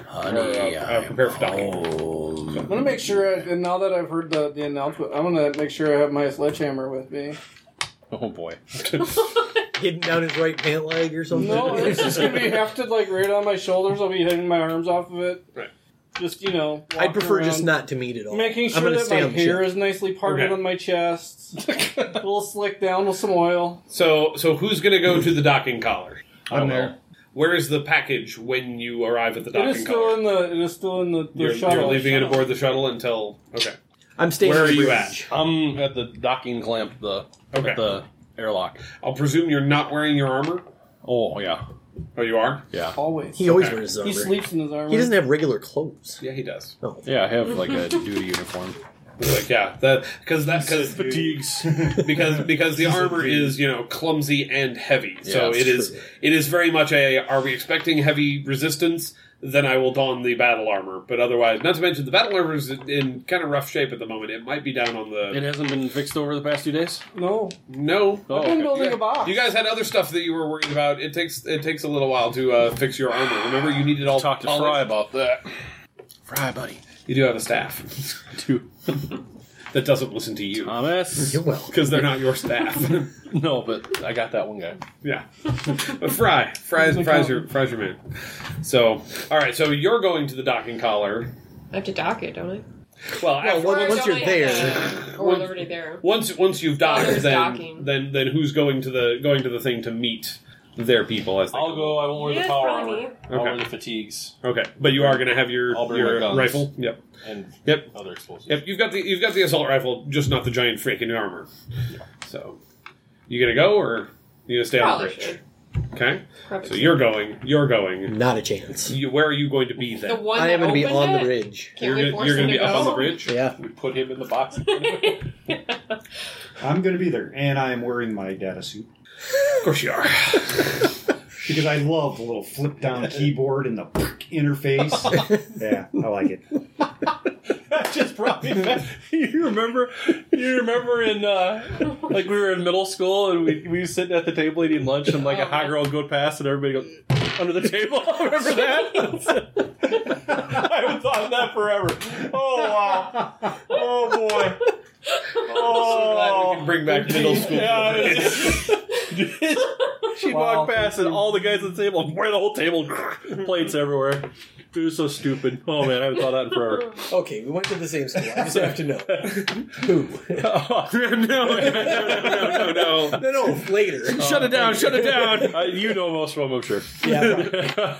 Speaker 9: Honey,
Speaker 8: Uh, uh,
Speaker 9: I'm
Speaker 8: prepare for docking.
Speaker 9: home.
Speaker 7: I'm gonna make sure, I, and now that I've heard the, the announcement, I'm gonna make sure I have my sledgehammer with me.
Speaker 9: Oh boy.
Speaker 3: Hidden down his right pant leg or something.
Speaker 7: No, it's just gonna be hefted like right on my shoulders. I'll be hitting my arms off of it.
Speaker 8: Right.
Speaker 7: Just you know,
Speaker 3: I'd prefer
Speaker 7: walking
Speaker 3: just
Speaker 7: around.
Speaker 3: not to meet at all.
Speaker 7: Making
Speaker 3: I'm
Speaker 7: sure
Speaker 3: gonna
Speaker 7: that
Speaker 3: stay
Speaker 7: my
Speaker 3: on the ship.
Speaker 7: hair is nicely parted
Speaker 8: Okay.
Speaker 7: on my chest, a little slick down with some oil.
Speaker 8: So so who's gonna go to the docking collar?
Speaker 9: I'm
Speaker 5: there.
Speaker 8: Where is the package when you arrive at the
Speaker 7: It
Speaker 8: docking
Speaker 7: is still
Speaker 8: collar?
Speaker 7: in the. It is still in the, the
Speaker 8: you're,
Speaker 7: shuttle.
Speaker 8: you're leaving it aboard the shuttle until okay.
Speaker 3: I'm staying.
Speaker 8: Where
Speaker 3: on
Speaker 8: are
Speaker 3: the
Speaker 8: you
Speaker 3: bridge.
Speaker 8: at?
Speaker 9: I'm at the docking clamp, the
Speaker 8: Okay.
Speaker 9: at the airlock.
Speaker 8: I'll presume you're not wearing your armor.
Speaker 9: Oh yeah,
Speaker 8: Oh, you are.
Speaker 9: yeah,
Speaker 7: Always.
Speaker 3: He always
Speaker 8: Okay.
Speaker 3: wears his
Speaker 7: He
Speaker 3: armor.
Speaker 7: sleeps in his armor.
Speaker 3: He doesn't have regular clothes.
Speaker 8: Yeah, he does.
Speaker 3: No.
Speaker 9: yeah. I have like a duty uniform.
Speaker 8: He's like yeah, that because that because
Speaker 3: Oh.
Speaker 8: because because the armor is you know clumsy and heavy so
Speaker 9: Yeah,
Speaker 8: it is
Speaker 3: true.
Speaker 8: it is very much a are we expecting heavy resistance then i will don the battle armor but otherwise not to mention the battle armor is in, in kind of rough shape at the moment it might be down on the
Speaker 9: It hasn't been fixed over the past two days.
Speaker 7: No.
Speaker 8: no
Speaker 9: Oh,
Speaker 7: I've been
Speaker 9: okay.
Speaker 7: building
Speaker 8: Yeah.
Speaker 7: a box.
Speaker 8: you guys had other stuff that you were worried about it takes it takes a little while to uh, fix your armor remember you needed all
Speaker 9: Talk to
Speaker 8: all-
Speaker 9: Fry about that. Fry, buddy.
Speaker 8: you do have a staff
Speaker 9: Two.
Speaker 8: that doesn't listen to you
Speaker 9: Thomas.
Speaker 3: You're welcome.
Speaker 8: because they're not your staff
Speaker 9: No, but I got that one guy.
Speaker 8: Yeah, but fry, fry's, fry's your fry's your man. So, all right. So you're going to the docking collar.
Speaker 4: I have to dock it, don't
Speaker 8: Well,
Speaker 3: Well, once-
Speaker 4: I?
Speaker 8: after,
Speaker 4: Or
Speaker 3: once
Speaker 4: don't
Speaker 3: you're
Speaker 4: I have
Speaker 3: there,
Speaker 4: to- Or we're already there.
Speaker 8: once once you've docked,
Speaker 4: There's
Speaker 8: then
Speaker 4: docking.
Speaker 8: then then who's going to the going to the thing to meet their people? As they
Speaker 9: I'll go. I won't wear
Speaker 4: Yeah,
Speaker 9: the
Speaker 4: it's
Speaker 9: power armor.
Speaker 4: probably
Speaker 8: Okay.
Speaker 9: I'll wear the fatigues
Speaker 8: Okay, but you are going to have your
Speaker 9: I'll bring my
Speaker 8: your
Speaker 9: guns.
Speaker 8: rifle. Yep.
Speaker 9: and
Speaker 8: Yep.
Speaker 9: other explosives.
Speaker 8: Yep. You've got the you've got the assault rifle, just not the giant freaking armor. So, you gonna go or you gonna stay on the
Speaker 4: Probably
Speaker 8: bridge?
Speaker 4: should.
Speaker 8: Okay.
Speaker 4: Probably
Speaker 8: So
Speaker 4: should.
Speaker 8: you're going. You're going.
Speaker 3: not a chance.
Speaker 8: You, where are you going to be then?
Speaker 4: the one
Speaker 3: I am
Speaker 4: going to
Speaker 3: be on the bridge.
Speaker 4: Can't
Speaker 8: You're,
Speaker 4: we
Speaker 8: gonna-
Speaker 4: force
Speaker 8: you're going
Speaker 4: him
Speaker 8: to be up on
Speaker 4: go?
Speaker 8: the bridge.
Speaker 3: Yeah.
Speaker 9: We put him in the box.
Speaker 5: I'm going to be there, and I am wearing my data suit
Speaker 8: Of course you are.
Speaker 5: because I love the little flip down keyboard and the interface. yeah, I like it.
Speaker 9: That just brought me back. You remember? You remember in uh, like we were in middle school and we we were sitting at the table eating lunch and like a hot girl would go past and everybody goes under the table. remember that? I haven't thought of that forever. Oh wow! Oh boy!
Speaker 8: so glad we
Speaker 9: Oh.
Speaker 8: can bring back middle school.
Speaker 9: Yeah, it was- she'd
Speaker 7: Wow.
Speaker 9: walk past and all the guys at the table, where the whole table plates everywhere. It was so stupid. Oh man, I haven't thought that in forever.
Speaker 3: Okay, we went to the same school. I just have to know. Who?
Speaker 9: no, no, no, no, no,
Speaker 3: no, no. Later.
Speaker 9: shut it down. Shut it down. Uh, you know most of them, I'm sure. Yeah.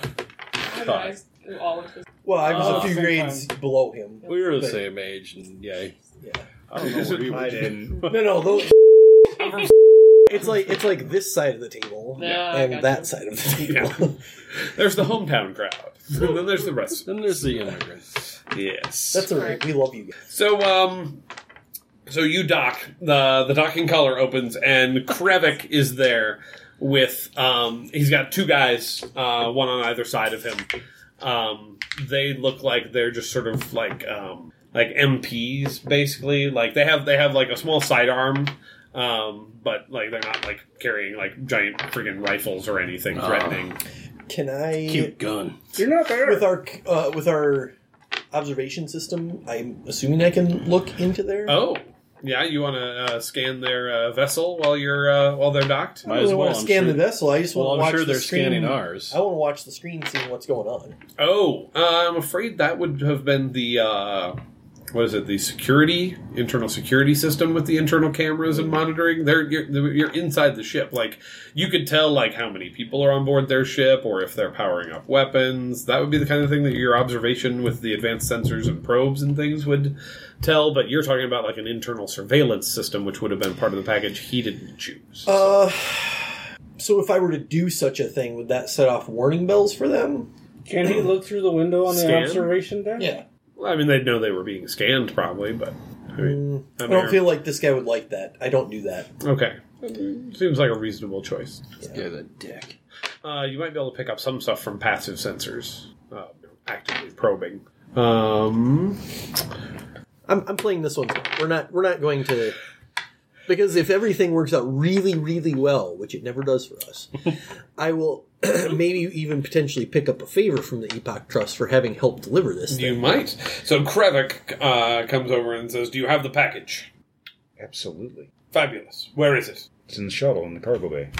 Speaker 4: all of this.
Speaker 3: Well, I was
Speaker 9: Oh,
Speaker 3: a few
Speaker 9: same
Speaker 3: grades below him.
Speaker 9: we were the
Speaker 3: But-
Speaker 9: same age, and yeah.
Speaker 3: Yeah.
Speaker 9: I don't know. Where you
Speaker 3: I
Speaker 9: were.
Speaker 3: didn't. No, no. Those, it's like it's like this side of the table
Speaker 4: Yeah, I
Speaker 3: and
Speaker 4: gotcha.
Speaker 3: that side of the table.
Speaker 8: There's the hometown crowd. And then there's the rest.
Speaker 9: Then there's the immigrants.
Speaker 8: Yes.
Speaker 3: That's all right. We love you guys.
Speaker 8: So um so you dock, the the docking collar opens and Krevik is there with um he's got two guys, uh one on either side of him. Um they look like they're just sort of like um like MPs basically. Like they have they have like a small sidearm um but like they're not like carrying like giant friggin' rifles or anything
Speaker 9: Ah.
Speaker 8: threatening.
Speaker 3: Can I?
Speaker 9: Cute gun.
Speaker 7: You're not there.
Speaker 3: With our uh, with our observation system, I'm assuming I can look into there.
Speaker 8: Oh, yeah. You want to uh, scan their uh, vessel while you're uh, while they're docked?
Speaker 3: I don't really want to scan the vessel. I just
Speaker 9: Well,
Speaker 3: want to
Speaker 9: I'm
Speaker 3: watch
Speaker 9: sure
Speaker 3: the
Speaker 9: they're
Speaker 3: screen.
Speaker 9: scanning ours.
Speaker 3: I want to watch the screen, seeing what's going on.
Speaker 8: Oh, uh, I'm afraid that would have been the uh, what is it? The security internal security system with the internal cameras and monitoring. They're you're, you're inside the ship. Like you could tell like how many people are on board their ship or if they're powering up weapons. That would be the kind of thing that your observation with the advanced sensors and probes and things would tell. But you're talking about like an internal surveillance system, which would have been part of the package he didn't choose.
Speaker 3: Uh, so if I were to do such a thing, would that set off warning bells for them?
Speaker 7: Can he look through the window on the
Speaker 8: Scan?
Speaker 7: observation deck?
Speaker 3: Yeah.
Speaker 8: I mean, they'd know they were being scanned probably, but I mean,
Speaker 3: I
Speaker 8: I'm
Speaker 3: don't
Speaker 8: here.
Speaker 3: feel like this guy would like that. I don't do that.
Speaker 8: okay, seems like a reasonable choice.
Speaker 9: Give a dick.
Speaker 8: Uh, you might be able to pick up some stuff from passive sensors, uh, actively probing. Um,
Speaker 3: I'm, I'm playing this one. We're not we're not going to because if everything works out really really well, which it never does for us, I will maybe even potentially pick up a favor from the Epoch Trust for having helped deliver this.
Speaker 8: you might. So Krevik uh, comes over and says, "Do you have the package?
Speaker 11: Absolutely.
Speaker 8: Fabulous. Where is it?
Speaker 11: It's in the shuttle in the cargo bay.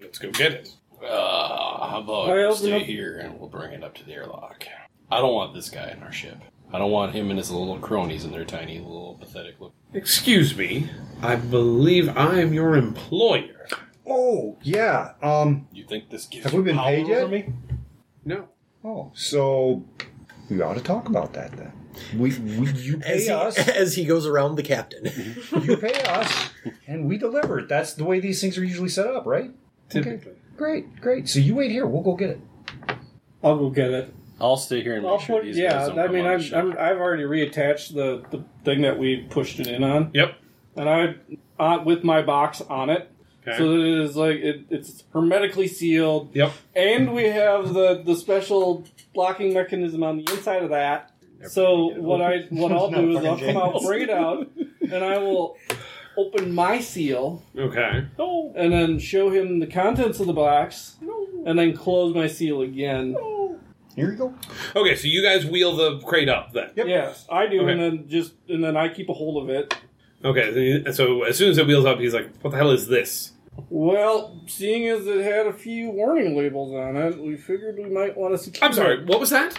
Speaker 8: Let's go get it."
Speaker 9: Uh, how
Speaker 8: Oh,
Speaker 7: I
Speaker 9: about
Speaker 7: open
Speaker 9: stay
Speaker 7: up-
Speaker 9: here and we'll bring it up to the airlock? I don't want this guy in our ship. I don't want him and his little cronies and their tiny little pathetic look.
Speaker 8: Excuse me. I believe I am your employer.
Speaker 11: Oh yeah. Um,
Speaker 9: You think this gives
Speaker 11: have
Speaker 9: you
Speaker 11: we been
Speaker 9: power
Speaker 11: paid
Speaker 9: over
Speaker 11: yet?
Speaker 9: me?
Speaker 8: No.
Speaker 11: Oh, so we ought to talk about that then. We, we you pay
Speaker 3: As he,
Speaker 11: us,
Speaker 3: as he goes around the captain.
Speaker 11: you pay us, and we deliver it. That's the way these things are usually set up, right?
Speaker 8: Typically.
Speaker 11: Great, great. So you wait here. We'll go get it.
Speaker 7: I'll go get it.
Speaker 9: I'll stay here and make
Speaker 7: I'll
Speaker 9: sure
Speaker 7: put,
Speaker 9: these
Speaker 7: yeah,
Speaker 9: guys don't
Speaker 7: I
Speaker 9: come
Speaker 7: mean,
Speaker 9: on the
Speaker 7: I'm,
Speaker 9: ship.
Speaker 7: I'm, I've already reattached the, the thing that we pushed it in on.
Speaker 8: Yep.
Speaker 7: And I, uh, with my box on it.
Speaker 8: Okay.
Speaker 7: So that it is like, it, it's hermetically sealed.
Speaker 8: Yep.
Speaker 7: And we have the, the special blocking mechanism on the inside of that. so what I what I'll do is I'll come out, bring it out, and I will open my seal
Speaker 8: Okay.
Speaker 7: and then show him the contents of the box, and then close my seal again.
Speaker 11: Here you go.
Speaker 8: Okay. So you guys wheel the crate up then.
Speaker 7: Yes, I do, and
Speaker 8: Okay.
Speaker 7: then just and then I keep a hold of it.
Speaker 8: Okay. so you- So as soon as it wheels up, he's like, "What the hell is this?"
Speaker 7: Well, seeing as it had a few warning labels on it, we figured we might want to secure.
Speaker 8: I'm sorry. What was that?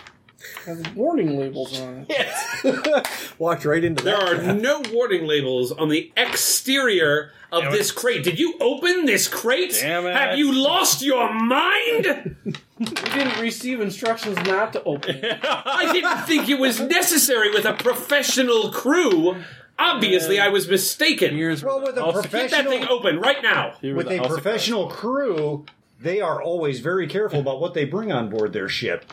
Speaker 7: It has warning labels on it.
Speaker 3: Walked right into
Speaker 8: Mm-hmm. There
Speaker 3: that.
Speaker 8: are no warning labels on the exterior of this crate. Did you open this crate?
Speaker 9: Damn it.
Speaker 8: Have you lost your mind?
Speaker 7: We didn't receive instructions not to open. it.
Speaker 8: I didn't think it was necessary with a professional crew. Obviously, I was mistaken.
Speaker 9: Here's
Speaker 11: Well, with a
Speaker 8: Get that thing
Speaker 11: professional
Speaker 8: open right now.
Speaker 11: with a professional crew, they are always very careful about what they bring on board their ship.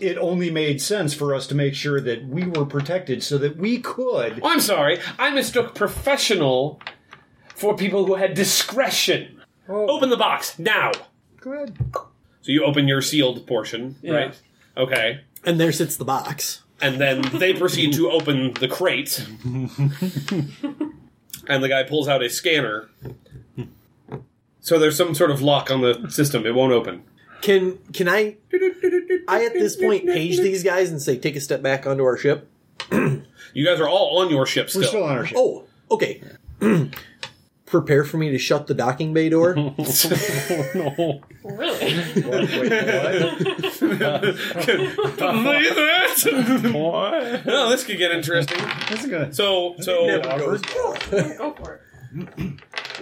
Speaker 11: It only made sense for us to make sure that we were protected, so that we could.
Speaker 8: Oh, I'm sorry. I mistook professional for people who had discretion.
Speaker 7: Oh.
Speaker 8: Open the box now.
Speaker 11: Go ahead.
Speaker 8: So you open your sealed portion, right? Okay.
Speaker 3: And there sits the box.
Speaker 8: and then they proceed to open the crate. and the guy pulls out a scanner. So there's some sort of lock on the system. It won't open.
Speaker 3: Can can I? I at this point page these guys and say, take a step back onto our ship.
Speaker 8: You guys are all on your ship still.
Speaker 11: We're still on our ship.
Speaker 3: Oh, okay. Oh, prepare for me to shut the docking bay door? no.
Speaker 4: Really?
Speaker 8: no, this could get interesting.
Speaker 5: That's good.
Speaker 8: So, so
Speaker 4: Go for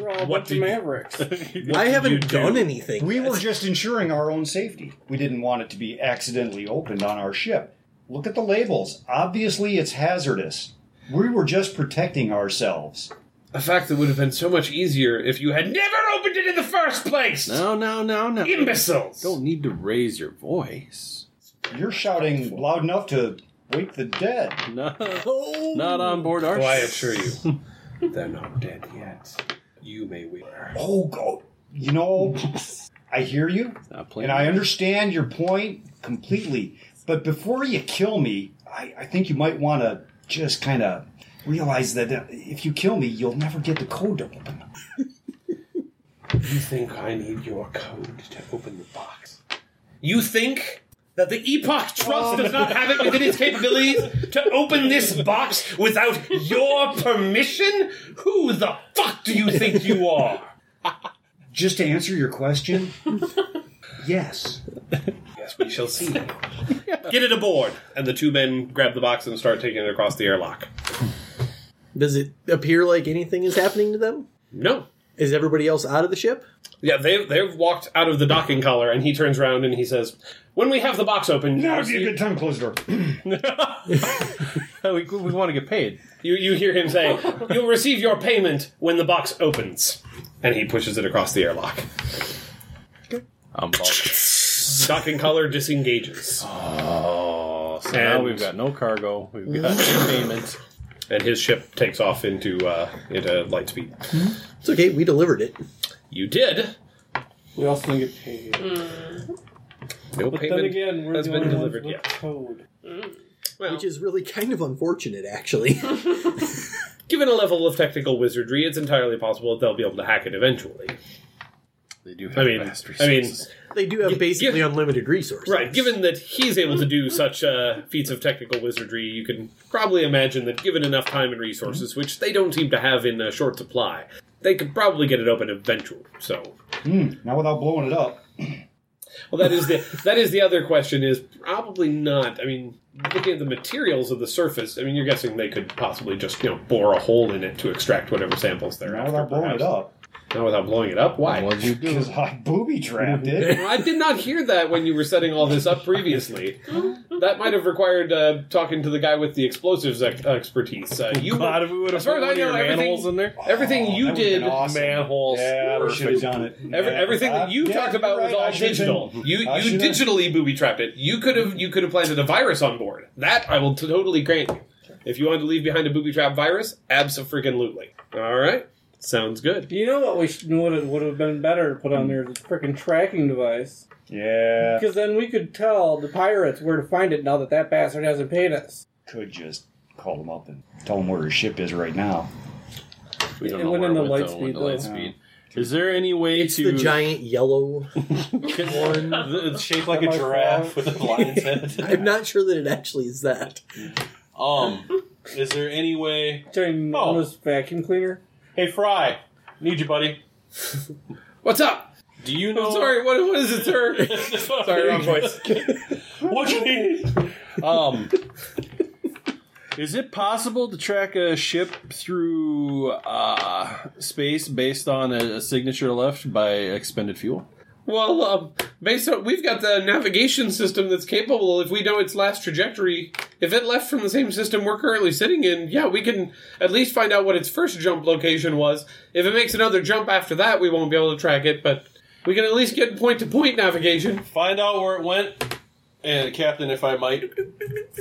Speaker 7: We're all
Speaker 8: What
Speaker 7: what the
Speaker 8: did you-
Speaker 7: Mavericks.
Speaker 5: What
Speaker 3: I
Speaker 5: did you
Speaker 3: haven't
Speaker 5: do?
Speaker 3: done anything.
Speaker 5: We were just ensuring our own safety. We didn't want it to be accidentally opened on our ship. Look at the labels. Obviously, it's hazardous. We were just protecting ourselves.
Speaker 8: a fact that would have been so much easier if you had never opened it in the first place.
Speaker 9: No, no, no, no.
Speaker 8: Imbeciles.
Speaker 9: Don't need to raise your voice.
Speaker 5: You're shouting loud enough to wake the dead.
Speaker 9: No. Not on board our
Speaker 8: Well, Oh, I
Speaker 9: ship.
Speaker 8: assure you, they're not dead yet. You may wait.
Speaker 5: Oh, go. You know, I hear you,
Speaker 9: playing.
Speaker 5: and I understand your point completely. But before you kill me, I, I think you might want to just kind of realize that uh, if you kill me, you'll never get the code to open.
Speaker 8: You think I need your code to open the box? You think that the Epoch Trust does not have it within its capabilities to open this box without your permission? Who the fuck do you think you are?
Speaker 5: Just to answer your question, yes.
Speaker 8: Yes, we shall see. Get it aboard! And the two men grab the box and start taking it across the airlock.
Speaker 3: Does it appear like anything is happening to them?
Speaker 8: No.
Speaker 3: Is everybody else out of the ship?
Speaker 8: Yeah, they, they've walked out of the docking collar, and he turns around and he says, When we have the box open,
Speaker 5: Now
Speaker 8: you
Speaker 5: would be a
Speaker 8: see-
Speaker 5: good time to close the door.
Speaker 9: Oh, we, we want to get paid.
Speaker 8: You you hear him say, "You'll receive your payment when the box opens," and he pushes it across the airlock.
Speaker 9: I'm bald.
Speaker 8: Docking collar disengages,
Speaker 9: Oh, so now
Speaker 8: And-
Speaker 9: we've got no cargo. We've got no payment.
Speaker 8: and his ship takes off into uh, into light speed.
Speaker 3: It's okay. We delivered it.
Speaker 8: You did.
Speaker 7: We also didn't get paid.
Speaker 9: Hmm.
Speaker 8: No
Speaker 7: But
Speaker 8: payment
Speaker 7: then again, we're
Speaker 8: has
Speaker 7: the
Speaker 8: been
Speaker 7: only
Speaker 8: delivered
Speaker 7: ones with
Speaker 8: yet.
Speaker 7: code.
Speaker 8: Well,
Speaker 3: Which is really kind of unfortunate, actually.
Speaker 8: given a level of technical wizardry, it's entirely possible that they'll be able to hack it eventually.
Speaker 9: They do have
Speaker 8: I mean,
Speaker 9: vast
Speaker 8: I mean,
Speaker 9: resources.
Speaker 3: they do have basically
Speaker 8: yeah.
Speaker 3: unlimited resources.
Speaker 8: right? Given that he's able to do such uh, feats of technical wizardry, you can probably imagine that given enough time and resources, which they don't seem to have in uh, short supply, they could probably get it open eventually. So.
Speaker 5: Now without blowing it up.
Speaker 8: Well, that is the that is the other question. Is probably not. I mean, looking at the materials of the surface, I mean, you're guessing they could possibly just you know bore a hole in it to extract whatever samples they're
Speaker 5: Now
Speaker 8: after.
Speaker 5: without blowing it
Speaker 8: perhaps.
Speaker 5: up.
Speaker 8: Not without blowing it up. Why?
Speaker 9: What'd you do?
Speaker 5: Because I booby trapped it.
Speaker 8: Well, I did not hear that when you were setting all this up previously. that might have required uh, talking to the guy with the explosives ex- expertise. Uh, you
Speaker 9: God, if we would have
Speaker 8: as far
Speaker 9: put
Speaker 8: as I
Speaker 9: one of your
Speaker 8: know, everything-
Speaker 9: manholes in there.
Speaker 8: everything
Speaker 5: Oh,
Speaker 8: you
Speaker 5: that would've
Speaker 8: did
Speaker 5: been awesome.
Speaker 9: Manholes.
Speaker 5: Yeah, we should have
Speaker 9: Perfect.
Speaker 5: done it.
Speaker 8: Every,
Speaker 5: Yeah,
Speaker 8: everything
Speaker 5: I-
Speaker 8: that you
Speaker 5: yeah,
Speaker 8: talked
Speaker 5: you're
Speaker 8: about was
Speaker 5: right. I
Speaker 8: all
Speaker 5: should've
Speaker 8: digital.
Speaker 5: been-
Speaker 8: you
Speaker 5: I
Speaker 8: you
Speaker 5: should've-
Speaker 8: digitally booby trapped it. You could have you could have planted a virus on board. That I will t- totally grant you. If you wanted to leave behind a booby trap virus, absolutely. All right, sounds good.
Speaker 7: You know what we should, what would have been better to put on there? The freaking tracking device.
Speaker 5: Yeah,
Speaker 7: Because then we could tell the pirates where to find it now that that bastard hasn't paid us.
Speaker 5: could just call him up and tell him where his ship is right now.
Speaker 9: We don't
Speaker 7: It
Speaker 9: know
Speaker 7: went
Speaker 9: where
Speaker 7: into
Speaker 9: it
Speaker 7: light
Speaker 9: went, though,
Speaker 7: speed,
Speaker 9: went to
Speaker 7: though.
Speaker 9: light speed. Is there any way
Speaker 3: It's
Speaker 9: to
Speaker 3: the giant yellow.
Speaker 9: one it's shaped like a
Speaker 7: Semi-flat.
Speaker 9: giraffe with a lion's head?
Speaker 3: I'm not sure that it actually is that.
Speaker 9: um, is there any way?
Speaker 7: Turning
Speaker 9: Oh.
Speaker 7: on this vacuum cleaner.
Speaker 9: Hey, Fry, need you, buddy.
Speaker 8: What's up?
Speaker 9: Do you know?
Speaker 8: I'm sorry. What, what is it, sir? sorry, wrong voice.
Speaker 9: What you need? Um, is it possible to track a ship through uh, space based on a, a signature left by expended fuel?
Speaker 8: Well, um, based on we've got the navigation system that's capable. If we know its last trajectory, if it left from the same system we're currently sitting in, yeah, we can at least find out what its first jump location was. If it makes another jump after that, we won't be able to track it, but we can at least get point to point navigation.
Speaker 9: Find out where it went, and Captain, if I might,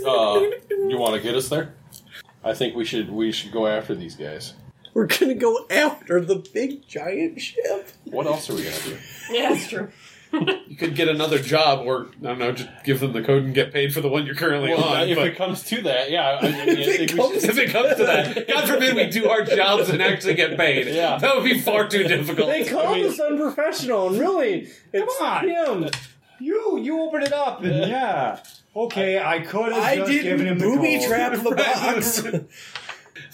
Speaker 9: uh, you want to get us there? I think we should we should go after these guys.
Speaker 3: We're gonna go after the big giant ship.
Speaker 9: What else are we gonna do?
Speaker 4: Yeah, that's true.
Speaker 8: You could get another job, or I don't know, just give them the code and get paid for the one you're currently
Speaker 9: Well, if it comes to that, yeah, I, I, mean, I think we should.
Speaker 8: if it comes to that, God forbid we do our jobs and actually get paid.
Speaker 9: Yeah.
Speaker 8: That would be far too difficult.
Speaker 7: They called us unprofessional, and really, it's
Speaker 5: on.
Speaker 7: him.
Speaker 5: You you open it up and yeah. Okay, I could have
Speaker 10: I
Speaker 5: just given
Speaker 10: didn't
Speaker 5: him the
Speaker 10: booby
Speaker 5: code.
Speaker 10: trap the box.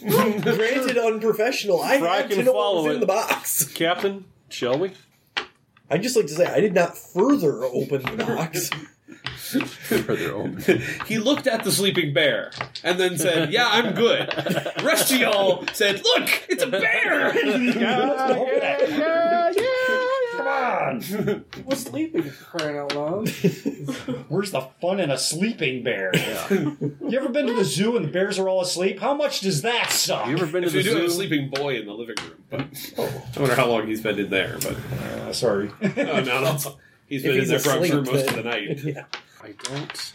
Speaker 3: Granted, unprofessional. I
Speaker 8: Fry
Speaker 3: had
Speaker 8: can
Speaker 3: to know what
Speaker 8: follow
Speaker 3: was
Speaker 8: it.
Speaker 3: in the box.
Speaker 8: Captain, shall we?
Speaker 3: I'd just like to say I did not further open the box.
Speaker 9: he looked at the sleeping bear and then said, "Yeah, I'm good." Rest of y'all said, "Look, it's a bear."
Speaker 5: Come on!
Speaker 7: We're sleeping, for crying out loud.
Speaker 5: Where's the fun in a sleeping bear? you ever been to the zoo and the bears are all asleep? How much does that suck? You ever
Speaker 9: If you do have a sleeping boy in the living room, but I wonder how long he's been in there. But
Speaker 5: uh, sorry,
Speaker 9: no, Oh, no, that's- he's
Speaker 5: If
Speaker 9: been
Speaker 5: he's
Speaker 9: in there for, I'm sure,
Speaker 5: asleep,
Speaker 9: most of the
Speaker 5: then-
Speaker 9: night. I don't.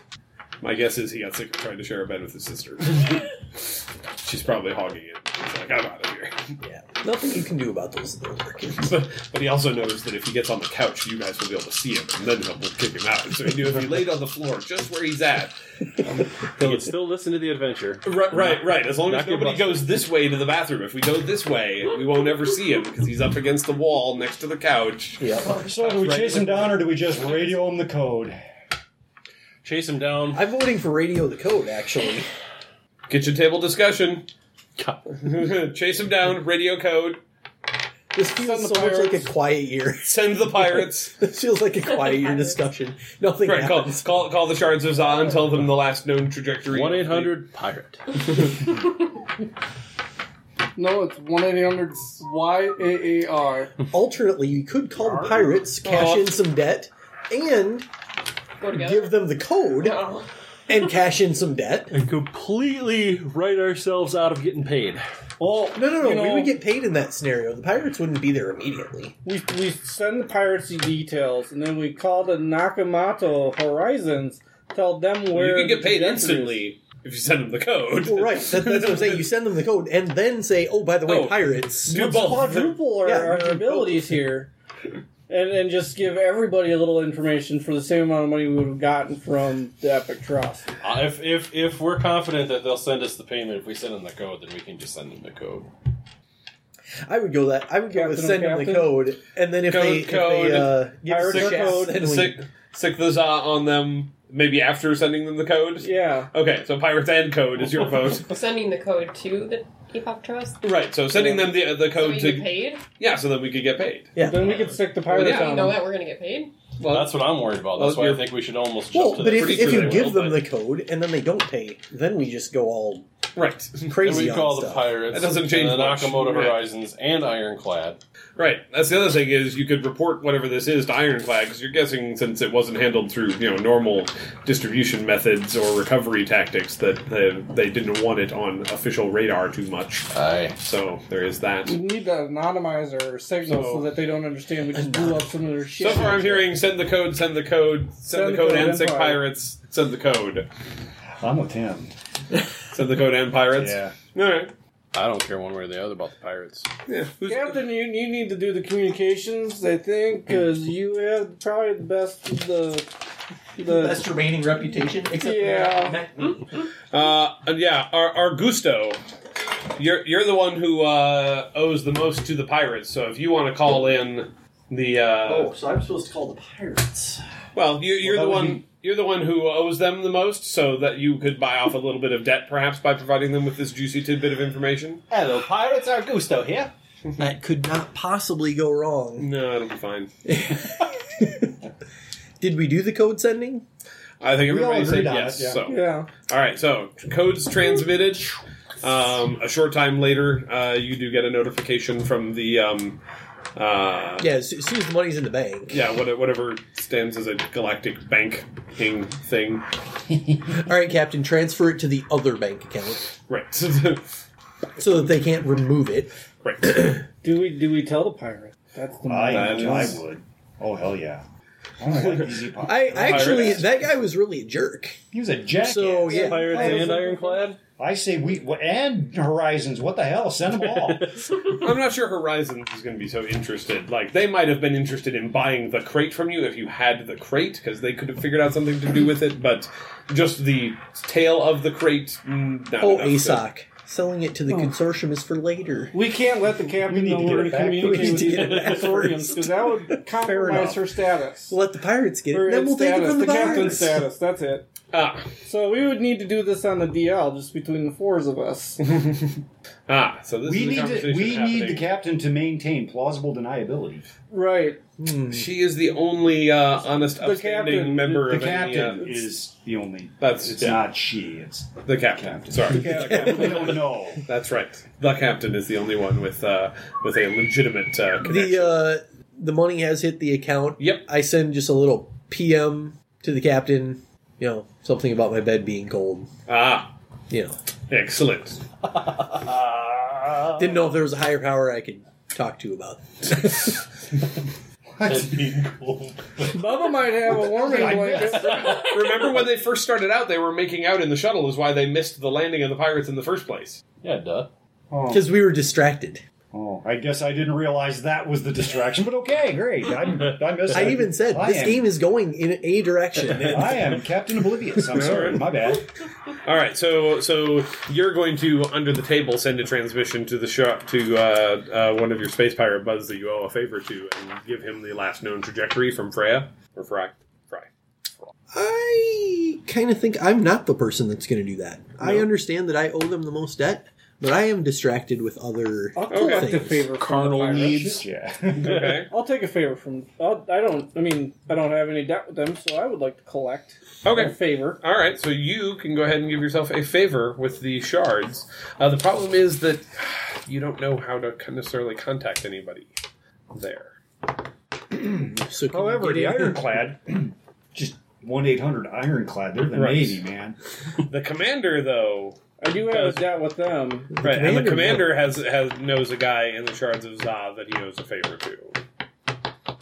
Speaker 9: My guess is he got sick of trying to share a bed with his sister. She's probably hogging it. He's like, I'm out of here. Yeah,
Speaker 3: nothing you can do about those little kids.
Speaker 9: But, but he also knows that if he gets on the couch, you guys will be able to see him, and then he'll kick him out. So he knew if he laid on the floor just where he's at,
Speaker 8: He would still listen to the adventure.
Speaker 9: Right, right, right. As long as
Speaker 8: Not get
Speaker 9: nobody goes this way to the bathroom. If we go this way, we won't ever see him because he's up against the wall next to the couch.
Speaker 5: Yeah. So do we chase him down or do we just radio him the code?
Speaker 8: Chase him down.
Speaker 3: I'm voting for Radio the Code, actually.
Speaker 9: Kitchen table discussion. Chase him down. Radio code.
Speaker 3: This feels so much like a quiet year.
Speaker 9: Send the pirates.
Speaker 3: this feels like a quiet year discussion. Nothing
Speaker 9: Right, call,
Speaker 3: happens.
Speaker 9: call call the shards of Zahn. Tell them the last known trajectory. One eight
Speaker 8: hundred pirate.
Speaker 7: No, it's 1 800 YAAR.
Speaker 3: Alternately, you could call the pirates, cash
Speaker 7: Oh.
Speaker 3: in some debt, and give them the code and cash in some debt.
Speaker 8: And completely write ourselves out of getting paid.
Speaker 3: Well, no, no, no.
Speaker 7: you know-
Speaker 3: we would get paid in that scenario. The pirates wouldn't be there immediately.
Speaker 7: We, we send the pirates the details, and then we call the Nakamoto Horizons, tell them
Speaker 9: You
Speaker 7: where.
Speaker 9: can get paid
Speaker 7: the
Speaker 9: instantly if you send them the code.
Speaker 3: Well, right. That, that's what I'm saying. You send them the code and then say, "Oh, by the way,
Speaker 9: Oh,
Speaker 3: pirates."
Speaker 9: do both.
Speaker 7: quadruple our,
Speaker 3: Yeah,
Speaker 7: our
Speaker 3: do both.
Speaker 7: abilities here, and and just give everybody a little information for the same amount of money we would have gotten from the Epic Trust.
Speaker 8: Uh, if, if if we're confident that they'll send us the payment, if we send them the code, then we can just send them the code.
Speaker 3: I would go that. I would go with
Speaker 8: Captain,
Speaker 3: send them the
Speaker 8: Captain.
Speaker 3: code, and then if
Speaker 9: Code,
Speaker 3: they, if
Speaker 9: code,
Speaker 3: they uh, give us
Speaker 9: pirate
Speaker 3: the
Speaker 9: code,
Speaker 3: shaft, then we-
Speaker 9: sick, sick the za on them. Maybe after sending them the code.
Speaker 7: Yeah.
Speaker 9: Okay, so pirates and code is your vote.
Speaker 4: Sending the code to the Epoch Trust.
Speaker 9: Right, so sending them the the
Speaker 4: So
Speaker 9: code
Speaker 4: we
Speaker 9: to
Speaker 4: get paid.
Speaker 9: yeah, so that we could get paid.
Speaker 3: Yeah.
Speaker 7: Then we could stick the
Speaker 4: We
Speaker 7: pirates
Speaker 4: already
Speaker 8: Um,
Speaker 7: on
Speaker 4: know
Speaker 7: them.
Speaker 4: that we're gonna get paid.
Speaker 8: Well, that's what I'm worried about. That's why I think we should almost jump
Speaker 3: Well,
Speaker 8: to
Speaker 3: but
Speaker 8: that.
Speaker 3: if, if you give them the code and then they don't pay, then we just go all
Speaker 9: right
Speaker 8: Then
Speaker 3: crazy.
Speaker 8: we call
Speaker 3: on
Speaker 8: the
Speaker 3: stuff.
Speaker 8: pirates.
Speaker 9: That doesn't change
Speaker 8: and the
Speaker 9: much.
Speaker 8: Nakamoto
Speaker 9: Right.
Speaker 8: Horizons and Ironclad.
Speaker 9: Right. That's the other thing is you could report whatever this is to Ironclad because you're guessing since it wasn't handled through you know normal distribution methods or recovery tactics that they, they didn't want it on official radar too much.
Speaker 8: Aye.
Speaker 9: So there is that.
Speaker 7: We need to anonymize our signals so,
Speaker 9: So-
Speaker 7: that they don't understand we just blew up some of their shit.
Speaker 9: So far, I'm hearing send the code, send the code, send, the code, and sick
Speaker 7: pirate.
Speaker 9: pirates, send the code,
Speaker 5: I'm with him.
Speaker 9: send the code and pirates.
Speaker 8: Yeah.
Speaker 9: All right.
Speaker 8: I don't care one way or the other about the pirates.
Speaker 9: Yeah.
Speaker 7: Captain, you, you need to do the communications, I think, because you have probably the best the the
Speaker 3: best remaining reputation. Except
Speaker 7: yeah.
Speaker 9: Uh, and yeah, Ar- Argusto, you're you're the one who uh, owes the most to the pirates. So if you want to call in the uh,
Speaker 3: Oh, so I'm supposed to call the pirates.
Speaker 9: well, you, you're
Speaker 3: Well,
Speaker 9: the
Speaker 3: that would
Speaker 9: one you're the one who owes them the most, so that you could buy off a little bit of debt, perhaps by providing them with this juicy tidbit of information.
Speaker 8: Hello, pirates. Argusto here.
Speaker 3: That could not possibly go wrong.
Speaker 9: No, it'll be fine.
Speaker 3: Did we do the code sending?
Speaker 9: I think
Speaker 3: We all
Speaker 9: everybody said
Speaker 3: agreed on
Speaker 9: yes.
Speaker 3: it, yeah.
Speaker 9: So
Speaker 7: Yeah.
Speaker 9: all right, so codes transmitted. Um, a short time later, uh, you do get a notification from the um, uh,
Speaker 3: Yeah, as, as soon as the money's in the bank.
Speaker 9: Yeah, what, whatever stands as a galactic bank thing. thing.
Speaker 3: All right, Captain, transfer it to the other bank account
Speaker 9: Right.
Speaker 3: so that they can't remove it.
Speaker 9: right.
Speaker 7: Do we do we tell the pirate? That's the
Speaker 3: Uh,
Speaker 5: I,
Speaker 7: mind.
Speaker 5: I would. Oh hell yeah! I don't like easy pop.
Speaker 3: I actually, that guy was really a jerk.
Speaker 5: He was a jackass.
Speaker 3: So, yeah.
Speaker 8: Pirates and Ironclad.
Speaker 5: I say we and Horizons. What the hell? Send them all.
Speaker 9: I'm not sure Horizons is going to be so interested. Like, they might have been interested in buying the crate from you if you had the crate, because they could have figured out something to do with it, but just the tail of the crate. mm, not
Speaker 3: Oh,
Speaker 9: enough to-
Speaker 3: ASOC. Selling it to the consortium is for later.
Speaker 7: We can't let the captain
Speaker 3: We need
Speaker 7: know
Speaker 3: to get
Speaker 7: we're
Speaker 3: it
Speaker 7: going to
Speaker 3: back. We
Speaker 7: communicate
Speaker 3: need
Speaker 7: with
Speaker 3: to
Speaker 7: the
Speaker 3: get it back
Speaker 7: consortium because that would compromise
Speaker 3: enough.
Speaker 7: her status.
Speaker 3: Let the pirates get
Speaker 7: Her
Speaker 3: it, then we'll take it
Speaker 7: status,
Speaker 3: from the,
Speaker 7: captain's
Speaker 3: pirates.
Speaker 7: status. That's it.
Speaker 9: Ah.
Speaker 7: So we would need to do this on the DL, just between the fours of us.
Speaker 9: ah, so this
Speaker 5: we
Speaker 9: is a
Speaker 5: need to,
Speaker 9: conversation
Speaker 5: we need the
Speaker 9: happening.
Speaker 5: captain to maintain plausible deniability.
Speaker 7: Right.
Speaker 9: She is the only uh, honest,
Speaker 5: The
Speaker 9: upstanding
Speaker 5: captain-
Speaker 9: member
Speaker 5: the
Speaker 9: of any,
Speaker 5: captain
Speaker 9: uh,
Speaker 5: is the only.
Speaker 9: That's
Speaker 5: it's
Speaker 9: yeah.
Speaker 5: not she. It's
Speaker 9: the captain. Sorry,
Speaker 5: The captain. We don't know.
Speaker 9: That's right. The captain is the only one with uh, with a legitimate uh, connection.
Speaker 3: The uh, the money has hit the account.
Speaker 9: Yep.
Speaker 3: I send just a little PM to the captain. You know something about my bed being cold.
Speaker 9: ah,
Speaker 3: You know,
Speaker 9: excellent.
Speaker 3: didn't know if there was a higher power I could talk to about.
Speaker 7: Bubba might have a warming blanket.
Speaker 9: Remember when they first started out? They were making out in the shuttle. Is why they missed the landing of the pirates in the first place.
Speaker 8: Yeah, duh.
Speaker 3: because we were distracted.
Speaker 5: Oh, I guess I didn't realize that was the distraction. But okay, great. I'm, I missed.
Speaker 3: I even said
Speaker 5: I
Speaker 3: this
Speaker 5: am-
Speaker 3: game is going in a direction. and-
Speaker 5: I am Captain Oblivious. I'm sorry. My bad.
Speaker 9: All right, so so you're going to under the table send a transmission to the shop to uh, uh, one of your space pirate buds that you owe a favor to, and give him the last known trajectory from Freya or Fry. Fry.
Speaker 3: I kind of think I'm not the person that's going to do that. I understand that I owe them the most debt, but I am distracted with other
Speaker 7: I'll take the
Speaker 3: things.
Speaker 7: favor. Carnal needs.
Speaker 5: Yeah.
Speaker 9: Okay.
Speaker 7: I'll take a favor from. I'll, I don't. I mean, I don't have any debt with them, so I would like to collect.
Speaker 9: Okay.
Speaker 7: a favor.
Speaker 9: All right, so you can go ahead and give yourself a favor with the shards. Uh, the problem is that you don't know how to necessarily contact anybody there.
Speaker 3: So can you
Speaker 5: However,
Speaker 3: get
Speaker 5: the
Speaker 3: in-
Speaker 5: Ironclad, just one eight hundred Ironclad. They're the
Speaker 9: Right.
Speaker 5: Navy, man.
Speaker 9: The commander, though,
Speaker 7: I do have a debt with them.
Speaker 9: right, and the
Speaker 3: commander-
Speaker 9: commander has has knows a guy in the shards of Zav that he owes a favor to.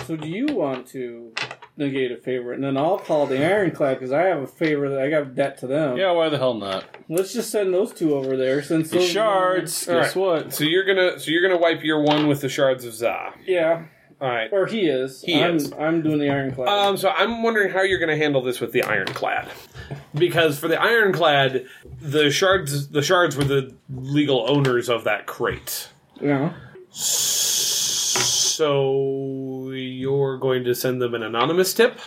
Speaker 7: So do you want to negate a favor, and then I'll call the Ironclad because I have a favor that I got debt to them.
Speaker 8: Yeah, why the hell not?
Speaker 7: Let's just send those two over there since those
Speaker 8: shards.
Speaker 9: All
Speaker 8: Guess
Speaker 9: right.
Speaker 8: what?
Speaker 9: So you're gonna so you're gonna wipe your one with the shards of Za.
Speaker 7: Yeah,
Speaker 9: All right.
Speaker 7: or he is.
Speaker 9: He
Speaker 7: I'm,
Speaker 9: is.
Speaker 7: I'm doing the Ironclad.
Speaker 9: Um, so I'm wondering how you're going to handle this with the ironclad, because for the ironclad, the shards the shards were the legal owners of that crate.
Speaker 7: yeah.
Speaker 9: So you're going to send them an anonymous tip,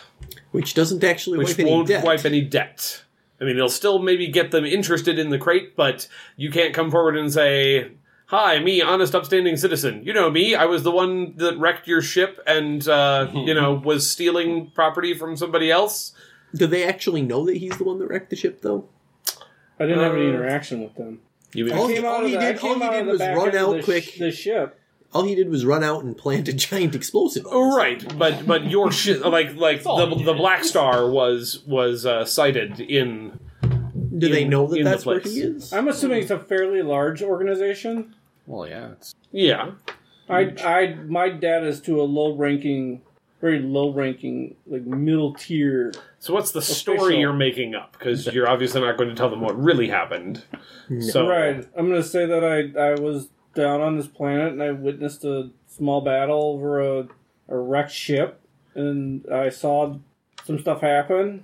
Speaker 3: which doesn't actually
Speaker 9: which
Speaker 3: wipe any
Speaker 9: won't
Speaker 3: debt.
Speaker 9: wipe any debt. I mean, it'll still maybe get them interested in the crate, but you can't come forward and say, "Hi, me, honest, upstanding citizen. You know me. I was the one that wrecked your ship, and uh, you know was stealing property from somebody else."
Speaker 3: Do they actually know that he's the one that wrecked the ship, though?
Speaker 7: I didn't have any
Speaker 9: Uh,
Speaker 7: interaction with them.
Speaker 9: You
Speaker 3: All,
Speaker 7: Came out
Speaker 3: all
Speaker 7: of
Speaker 3: he
Speaker 7: the- I
Speaker 3: did, all
Speaker 7: came
Speaker 3: he
Speaker 7: out of
Speaker 3: did
Speaker 7: the
Speaker 3: was
Speaker 7: back
Speaker 3: run
Speaker 7: end of
Speaker 3: out
Speaker 7: the sh-
Speaker 3: quick.
Speaker 7: the ship.
Speaker 3: all he did was run out and plant a giant explosive. on
Speaker 9: Oh,
Speaker 3: us.
Speaker 9: right, but but your shit like like
Speaker 8: all
Speaker 9: the the Black Star was was uh, cited in
Speaker 3: Do they
Speaker 9: in-
Speaker 3: know that
Speaker 9: in the
Speaker 3: that's where
Speaker 9: place.
Speaker 3: he is?
Speaker 7: I'm assuming it's a fairly large organization.
Speaker 8: Well, yeah. It's...
Speaker 9: yeah
Speaker 7: I, I, my debt is to a low-ranking, very low-ranking, like middle-tier.
Speaker 9: so what's the story
Speaker 7: Official.
Speaker 9: you're making up because you're obviously not going to tell them what really happened
Speaker 5: Oh.
Speaker 9: so
Speaker 7: Right. I'm gonna say that I, I was down on this planet and I witnessed a small battle over a, a wrecked ship, and I saw some stuff happen,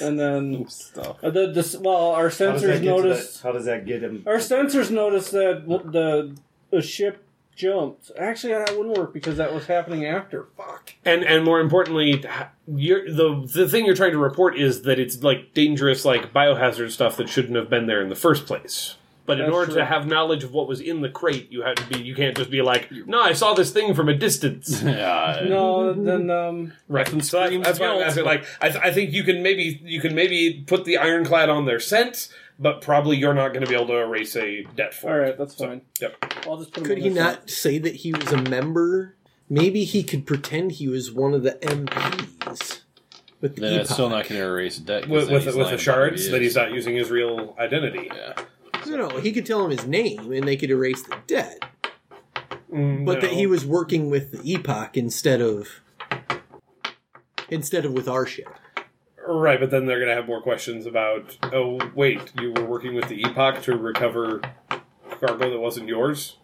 Speaker 7: and then
Speaker 8: Stuff.
Speaker 7: uh, the, the well,
Speaker 5: How
Speaker 7: our
Speaker 5: does, that
Speaker 7: sensors
Speaker 5: get to
Speaker 7: noticed.
Speaker 5: that, how does that get him?
Speaker 7: Our sensors noticed that the the ship jumped. Actually, that wouldn't work because that was happening after. Fuck.
Speaker 9: and and more importantly you're, the the thing you're trying to report is that it's like dangerous like biohazard stuff that shouldn't have been there in the first place but in
Speaker 7: That's
Speaker 9: order
Speaker 7: true.
Speaker 9: to have knowledge of what was in the crate you had to be you can't just be like no I saw this thing from a distance
Speaker 5: Uh,
Speaker 8: Yeah.
Speaker 7: No, then um,
Speaker 9: Right. So that, that's why I'm
Speaker 8: guilt.
Speaker 9: asking. Like, I, th- I think you can maybe you can maybe put the ironclad on their scent, but probably you're not going to be able to erase a debt for.
Speaker 7: all
Speaker 9: it.
Speaker 7: right, that's
Speaker 9: So,
Speaker 7: fine.
Speaker 9: yep.
Speaker 7: I'll just put him
Speaker 3: Could
Speaker 7: on
Speaker 3: he
Speaker 7: this
Speaker 3: not
Speaker 7: one.
Speaker 3: say that he was a member? Maybe he could pretend he was one of the MPs. With the E
Speaker 8: Then it's still
Speaker 3: epoch.
Speaker 8: not going to erase debt 'cause
Speaker 9: With
Speaker 8: then
Speaker 9: with,
Speaker 8: he's lying
Speaker 9: with the
Speaker 8: about who
Speaker 9: shards
Speaker 8: he
Speaker 9: that
Speaker 8: is.
Speaker 9: he's not using his real identity.
Speaker 8: Yeah.
Speaker 3: No, no, he could tell him his name and they could erase the debt,
Speaker 9: Mm,
Speaker 3: but that
Speaker 9: no.
Speaker 3: he was working with the Epoch instead of instead of with our ship.
Speaker 9: right. But then they're going to have more questions about. Oh wait, you were working with the epoch to recover cargo that wasn't yours.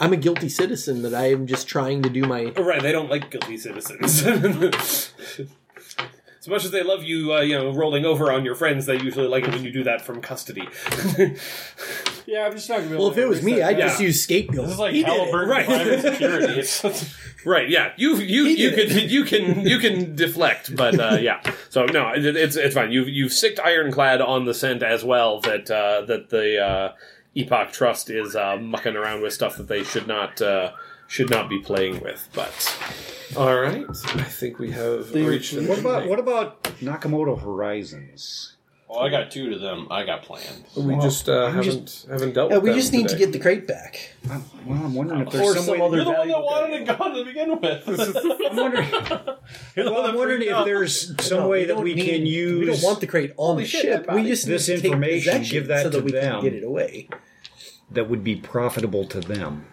Speaker 3: I'm a guilty citizen that I am just trying to do my.
Speaker 9: Oh, right. They don't like guilty citizens. As much as they love you, uh, you know, rolling over on your friends, they usually like it when you do that from custody.
Speaker 7: Yeah, I'm just not gonna be able
Speaker 3: Well, if
Speaker 7: to
Speaker 3: it was me,
Speaker 7: erase that
Speaker 3: I'd just
Speaker 7: now.
Speaker 3: use scapegoat. This
Speaker 8: is like
Speaker 3: He did it.
Speaker 8: Halliburton
Speaker 9: Right.
Speaker 8: private security. It's-
Speaker 9: Right. Yeah. You you you can you can you can deflect, but uh, yeah. So no, it, it's it's fine. You've you've sicked Ironclad on the scent as well that uh, that the uh, Epoch Trust is uh, mucking around with stuff that they should not uh, should not be playing with. But all right, I think we have reached. an
Speaker 5: what about
Speaker 9: ending.
Speaker 5: what about Nakamoto Horizons?
Speaker 8: well, I got two to them. I got planned.
Speaker 9: We just uh,
Speaker 5: I'm
Speaker 9: haven't
Speaker 5: just-
Speaker 9: haven't dealt.
Speaker 5: Yeah,
Speaker 9: with
Speaker 5: we
Speaker 9: them
Speaker 5: just need to
Speaker 9: today.
Speaker 5: get
Speaker 3: the crate back.
Speaker 5: Well, I'm wondering if
Speaker 8: Or
Speaker 5: there's some
Speaker 8: some
Speaker 5: way
Speaker 8: other
Speaker 5: to
Speaker 8: You're the one that wanted it gone to begin with.
Speaker 5: I'm wondering. Well, I'm wondering if there's some
Speaker 3: No,
Speaker 5: way
Speaker 3: we
Speaker 5: that
Speaker 3: don't
Speaker 5: we
Speaker 3: need-
Speaker 5: can use.
Speaker 3: We don't want the crate on the ship. We just need
Speaker 5: this
Speaker 3: to take
Speaker 5: information,
Speaker 3: possession
Speaker 5: give that
Speaker 3: so
Speaker 5: to
Speaker 3: that we
Speaker 5: them.
Speaker 3: can get it away.
Speaker 5: That would be profitable to them.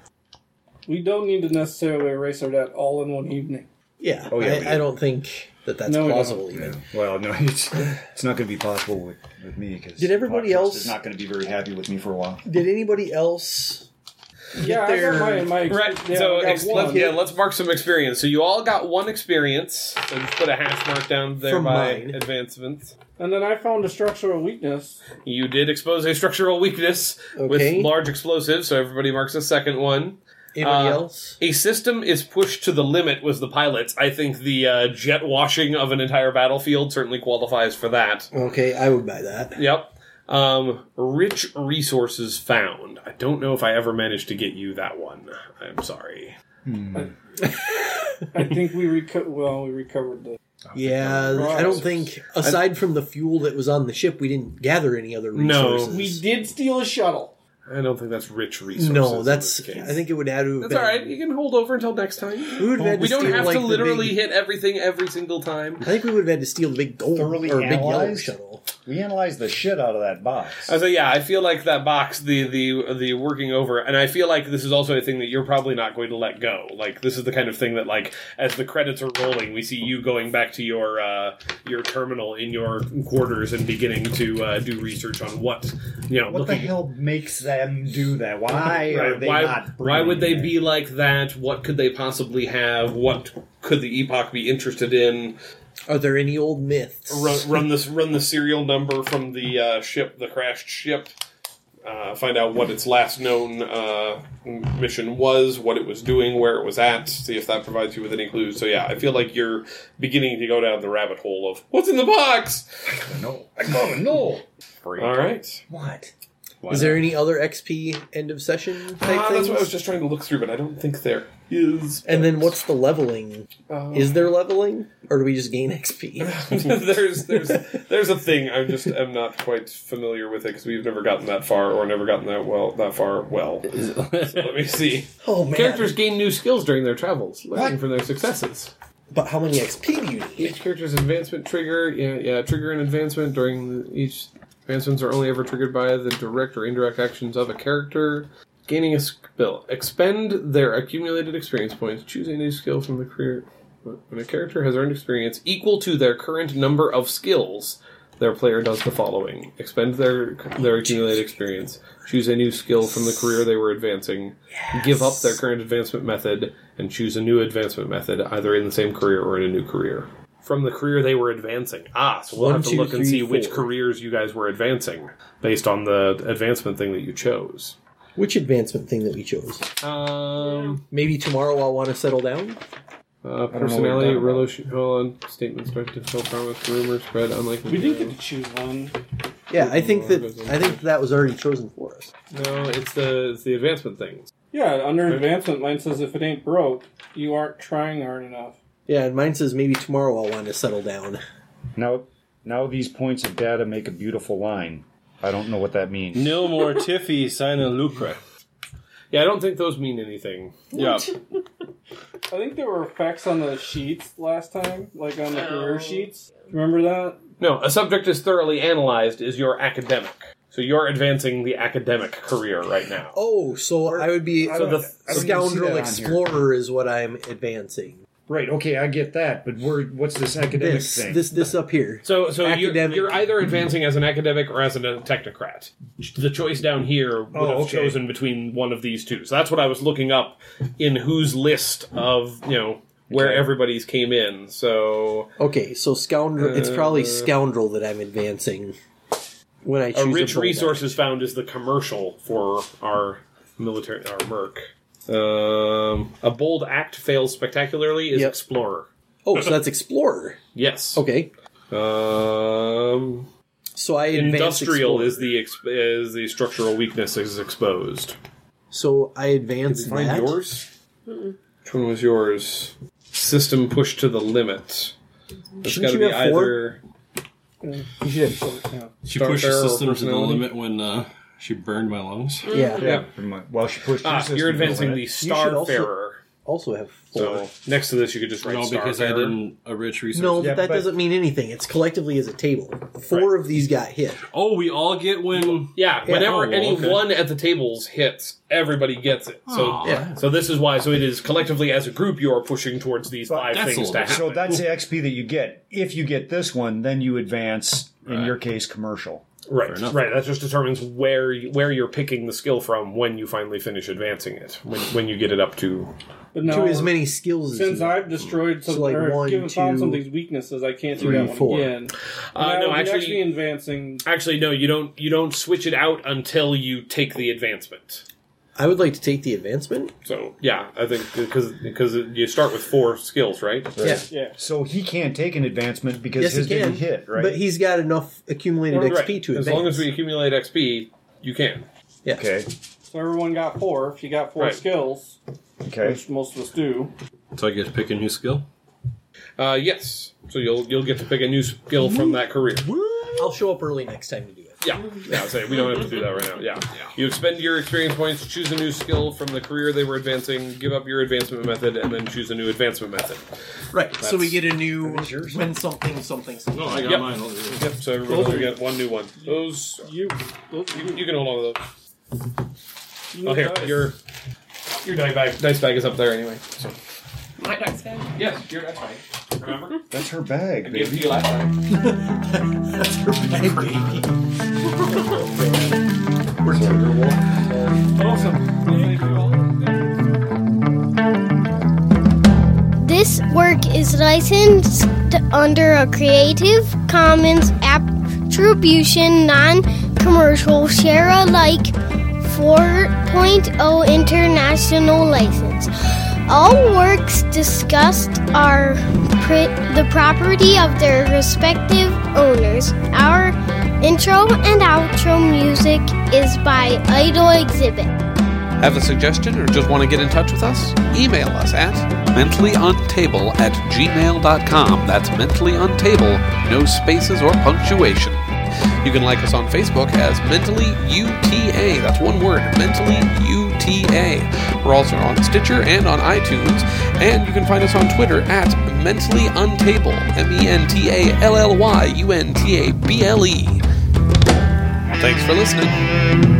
Speaker 7: We don't need to necessarily erase our debt all in one evening.
Speaker 3: Yeah.
Speaker 5: Oh, yeah, we do.
Speaker 3: I, I don't think that that's
Speaker 7: No, we don't.
Speaker 3: plausible even.
Speaker 5: Well, no, it's, it's not going to be possible with, with me because
Speaker 3: Did everybody else-
Speaker 5: is not going to be very happy with me for a while.
Speaker 3: Did anybody else?
Speaker 7: Yeah, I got my, my
Speaker 9: Right.
Speaker 7: yeah,
Speaker 9: so
Speaker 7: I got
Speaker 9: ex-
Speaker 7: one.
Speaker 9: let's, yeah, let's mark some experience. So you all got one experience. So just put a half mark down there
Speaker 7: From
Speaker 9: by
Speaker 7: mine.
Speaker 9: advancements.
Speaker 7: And then I found a structural weakness.
Speaker 9: You did expose a structural weakness
Speaker 7: Okay.
Speaker 9: with large explosives, so everybody marks a second one.
Speaker 3: Anybody
Speaker 9: Uh,
Speaker 3: else?
Speaker 9: A system is pushed to the limit was the pilots. I think the uh, jet washing of an entire battlefield certainly qualifies for that.
Speaker 3: Okay, I would buy that.
Speaker 9: Yep. Um, rich resources found. I don't know if I ever managed to get you that one. I'm sorry.
Speaker 7: I think we reco- well, we recovered the.
Speaker 3: Yeah, I don't think aside from the fuel that was on the ship, we didn't gather any other
Speaker 9: No.
Speaker 3: resources.
Speaker 7: We did steal a shuttle.
Speaker 9: I don't think that's rich resources.
Speaker 3: no,
Speaker 9: in
Speaker 3: that's.
Speaker 9: this case.
Speaker 3: I think it would add to. have
Speaker 9: That's
Speaker 3: been-
Speaker 9: all right. You can hold over until next time.
Speaker 3: We would've had to
Speaker 9: We don't
Speaker 3: steal,
Speaker 9: have
Speaker 3: like,
Speaker 9: to
Speaker 3: the
Speaker 9: literally
Speaker 3: big-
Speaker 9: hit everything every single time.
Speaker 3: I think we would have had to steal the big gold
Speaker 5: Thoroughly
Speaker 3: or big yellow
Speaker 5: analyzed?
Speaker 3: shuttle.
Speaker 5: We analyzed the shit out of that box.
Speaker 9: I say, yeah, I feel like that box, the the the working over, and I feel like this is also a thing that you're probably not going to let go. Like this is the kind of thing that, like, as the credits are rolling, we see you going back to your uh, your terminal in your quarters and beginning to uh, do research on what you know.
Speaker 5: What the
Speaker 9: looking
Speaker 5: hell makes them do that? Why
Speaker 9: Right,
Speaker 5: are they
Speaker 9: why,
Speaker 5: not?
Speaker 9: why would they be like that? What could they possibly have? What could the epoch be interested in?
Speaker 3: Are there any old myths?
Speaker 9: run, run this run the serial number from the uh, ship, the crashed ship. Uh, find out what its last known uh, m- mission was, what it was doing, where it was at. See if that provides you with any clues. So yeah, I feel like you're beginning to go down the rabbit hole of what's in the box.
Speaker 5: No, I don't know.
Speaker 9: All right.
Speaker 3: What?
Speaker 9: Why
Speaker 3: Is there any other XP end of session type
Speaker 9: Ah,
Speaker 3: things?
Speaker 9: that's what I was just trying to look through, but I don't think there is.
Speaker 3: And then what's the leveling? Is there leveling, or do we just gain XP?
Speaker 9: there's there's there's a thing I'm just I'm not quite familiar with it because we've never gotten that far or never gotten that well that far well. So let me see.
Speaker 3: Oh man!
Speaker 9: Characters gain new skills during their travels, learning
Speaker 3: What?
Speaker 9: from their successes.
Speaker 3: But how many XP do you need?
Speaker 9: Each character's advancement trigger, yeah, yeah, trigger an advancement during the, each advancements are only ever triggered by the direct or indirect actions of a character. Gaining a skill, expend their accumulated experience points. Choose a new skill from the career. When a character has earned experience equal to their current number of skills, their player does the following: expend their their accumulated experience, choose a new skill from the career they were advancing, give up their current advancement method, and choose a new advancement method either in the same career or in a new career. From the career they were advancing. Ah, so we'll
Speaker 3: One,
Speaker 9: have to
Speaker 3: two,
Speaker 9: look and
Speaker 3: three,
Speaker 9: see which
Speaker 3: four.
Speaker 9: careers you guys were advancing based on the advancement thing that you chose.
Speaker 3: Which advancement thing that we chose?
Speaker 9: Um,
Speaker 3: Maybe tomorrow I'll want to settle down.
Speaker 9: Uh,
Speaker 3: what
Speaker 9: personality,
Speaker 3: we've done about
Speaker 9: relation, hold on, statements, directed, self promise, rumor, spread, unlikely.
Speaker 7: We did get to choose one.
Speaker 3: Yeah, I think that I think that was already chosen for us.
Speaker 9: No, it's the it's the advancement things.
Speaker 7: Yeah, under advancement, mine says if it ain't broke, you aren't trying hard enough.
Speaker 3: Yeah, and mine says maybe tomorrow I'll want to settle down.
Speaker 5: Now, now these points of data make a beautiful line. I don't know what that means.
Speaker 8: Nil more Tiffy sina lucre.
Speaker 9: Yeah, I don't think those mean anything.
Speaker 8: Yeah.
Speaker 7: I think there were effects on the sheets last time, like on the career
Speaker 9: Oh.
Speaker 7: sheets. Remember that?
Speaker 9: No, a subject is thoroughly analyzed is your academic. So you're advancing the academic career right now.
Speaker 3: Oh, so I would be
Speaker 5: I
Speaker 3: so the
Speaker 5: don't- I don't see that
Speaker 3: scoundrel
Speaker 5: on
Speaker 3: explorer is what I'm advancing.
Speaker 5: Right? Okay, I get that. But we're, what's this academic
Speaker 3: This
Speaker 5: thing?
Speaker 3: this this up here.
Speaker 9: So, so you're,
Speaker 3: Academic.
Speaker 9: you're either advancing as an academic or as a technocrat. The choice down here would
Speaker 5: Oh,
Speaker 9: have
Speaker 5: okay.
Speaker 9: chosen between one of these two. So that's what I was looking up in whose list of you know where everybody's came in. So
Speaker 3: Okay, so scoundrel. it's probably
Speaker 9: Uh,
Speaker 3: scoundrel that I'm advancing. when I
Speaker 8: a
Speaker 3: choose
Speaker 8: rich
Speaker 3: bulldozer.
Speaker 8: resource is found is the commercial for our military, our merc. Um, a bold act fails spectacularly is explorer.
Speaker 3: Oh, so that's explorer.
Speaker 8: Yes.
Speaker 3: Okay.
Speaker 8: Um,
Speaker 3: so I advance
Speaker 8: industrial
Speaker 3: Explorer.
Speaker 8: is the exp- is the structural weakness is exposed.
Speaker 3: So I advanced
Speaker 8: find
Speaker 3: that.
Speaker 8: yours? Which one was yours? System pushed to the limit. It's got
Speaker 3: Shouldn't
Speaker 8: to
Speaker 3: you
Speaker 8: be
Speaker 3: have four?
Speaker 8: either.
Speaker 7: You
Speaker 3: should have four.
Speaker 9: She
Speaker 8: Star
Speaker 9: pushed the
Speaker 8: Pharaoh
Speaker 9: system to the
Speaker 8: personality?
Speaker 9: limit when uh, she burned my lungs.
Speaker 8: Yeah. Yeah,
Speaker 11: pretty much. Well, she pushed.
Speaker 8: Ah, you're advancing the Starfarer.
Speaker 3: Also have
Speaker 8: So next to this, you could just write
Speaker 9: No, because I
Speaker 8: Starfarer.
Speaker 9: didn't a rich research.
Speaker 3: No, but that doesn't mean anything. It's collectively as a table. Four of these got hit.
Speaker 9: Oh, we all get when.
Speaker 8: Yeah, whenever
Speaker 9: Oh,
Speaker 8: any
Speaker 9: okay.
Speaker 8: one at the tables hits, everybody gets it. So,
Speaker 9: Aw. Yeah.
Speaker 8: so this is why. So it is collectively as a group you are pushing towards these five things to happen.
Speaker 11: So that's the XP that you get. If you get this one, then you advance. In your case, commercial.
Speaker 8: Right, right. That just determines where you, where you're picking the skill from when you finally finish advancing it. When when you get it up to
Speaker 7: But
Speaker 3: To
Speaker 8: Oh.
Speaker 7: now,
Speaker 3: as many skills as
Speaker 7: Since
Speaker 3: you
Speaker 7: I've destroyed
Speaker 3: So,
Speaker 7: some,
Speaker 3: like,
Speaker 7: or
Speaker 3: one,
Speaker 7: given, found
Speaker 3: two,
Speaker 7: something's weaknesses, I can't
Speaker 8: three,
Speaker 7: do that one
Speaker 8: four.
Speaker 7: again.
Speaker 8: Uh,
Speaker 7: And I
Speaker 8: no,
Speaker 7: would
Speaker 8: actually-
Speaker 7: actually advancing.
Speaker 8: actually no, you don't you don't switch it out until you take the advancement.
Speaker 3: I would like to take the advancement.
Speaker 8: So yeah, I think because because you start with four skills, right?
Speaker 3: Yeah.
Speaker 7: yeah.
Speaker 11: So he can't take an advancement because
Speaker 3: yes,
Speaker 11: his
Speaker 3: he can.
Speaker 11: didn't hit, right?
Speaker 3: But he's got enough accumulated
Speaker 8: Right.
Speaker 3: XP to advance.
Speaker 8: As long as we accumulate XP, you can.
Speaker 3: Yeah.
Speaker 11: Okay.
Speaker 7: So everyone got four. If you got four
Speaker 8: Right.
Speaker 7: skills,
Speaker 11: Okay.
Speaker 7: which most of us do,
Speaker 9: So I get to pick a new skill.
Speaker 8: Uh, yes. So you'll you'll get to pick a new skill from that career.
Speaker 3: I'll show up early next time to do it.
Speaker 8: Yeah, yeah. I'll say we don't have to do that right now. Yeah. You expend your experience points, choose a new skill from the career they were advancing, give up your advancement method, and then choose a new advancement method.
Speaker 3: Right. so
Speaker 8: That's-
Speaker 3: we get a new when something something something.
Speaker 8: No, Oh, I got Yep. mine. I'll Yep. So everyone, we got one new one. Those
Speaker 7: you,
Speaker 8: you, can hold on to those.
Speaker 7: You
Speaker 8: Oh, here
Speaker 7: guys-
Speaker 8: your your dice bag. Dice bag is up there anyway. So
Speaker 4: My dice bag?
Speaker 8: Yes, your dice bag. Remember?
Speaker 11: That's her bag.
Speaker 8: gave it to
Speaker 11: baby.
Speaker 8: you last time.
Speaker 3: That's her bag,
Speaker 11: baby. We're
Speaker 2: This work is licensed under a Creative Commons Attribution Non Commercial Share Alike 4.0 International License. All works discussed are pri- the property of their respective owners. Our intro and outro music is by Idol Exhibit.
Speaker 1: Have a suggestion or just want to get in touch with us? Email us at mentallyuntable at gmail.com. That's mentallyuntable, no spaces or punctuation. You can like us on Facebook as Mentally UTA. That's one word, Mentally UTA. We're also on Stitcher and on iTunes. And you can find us on Twitter at Mentally Untable, M E N T A L L Y U N T A B L E. Thanks for listening.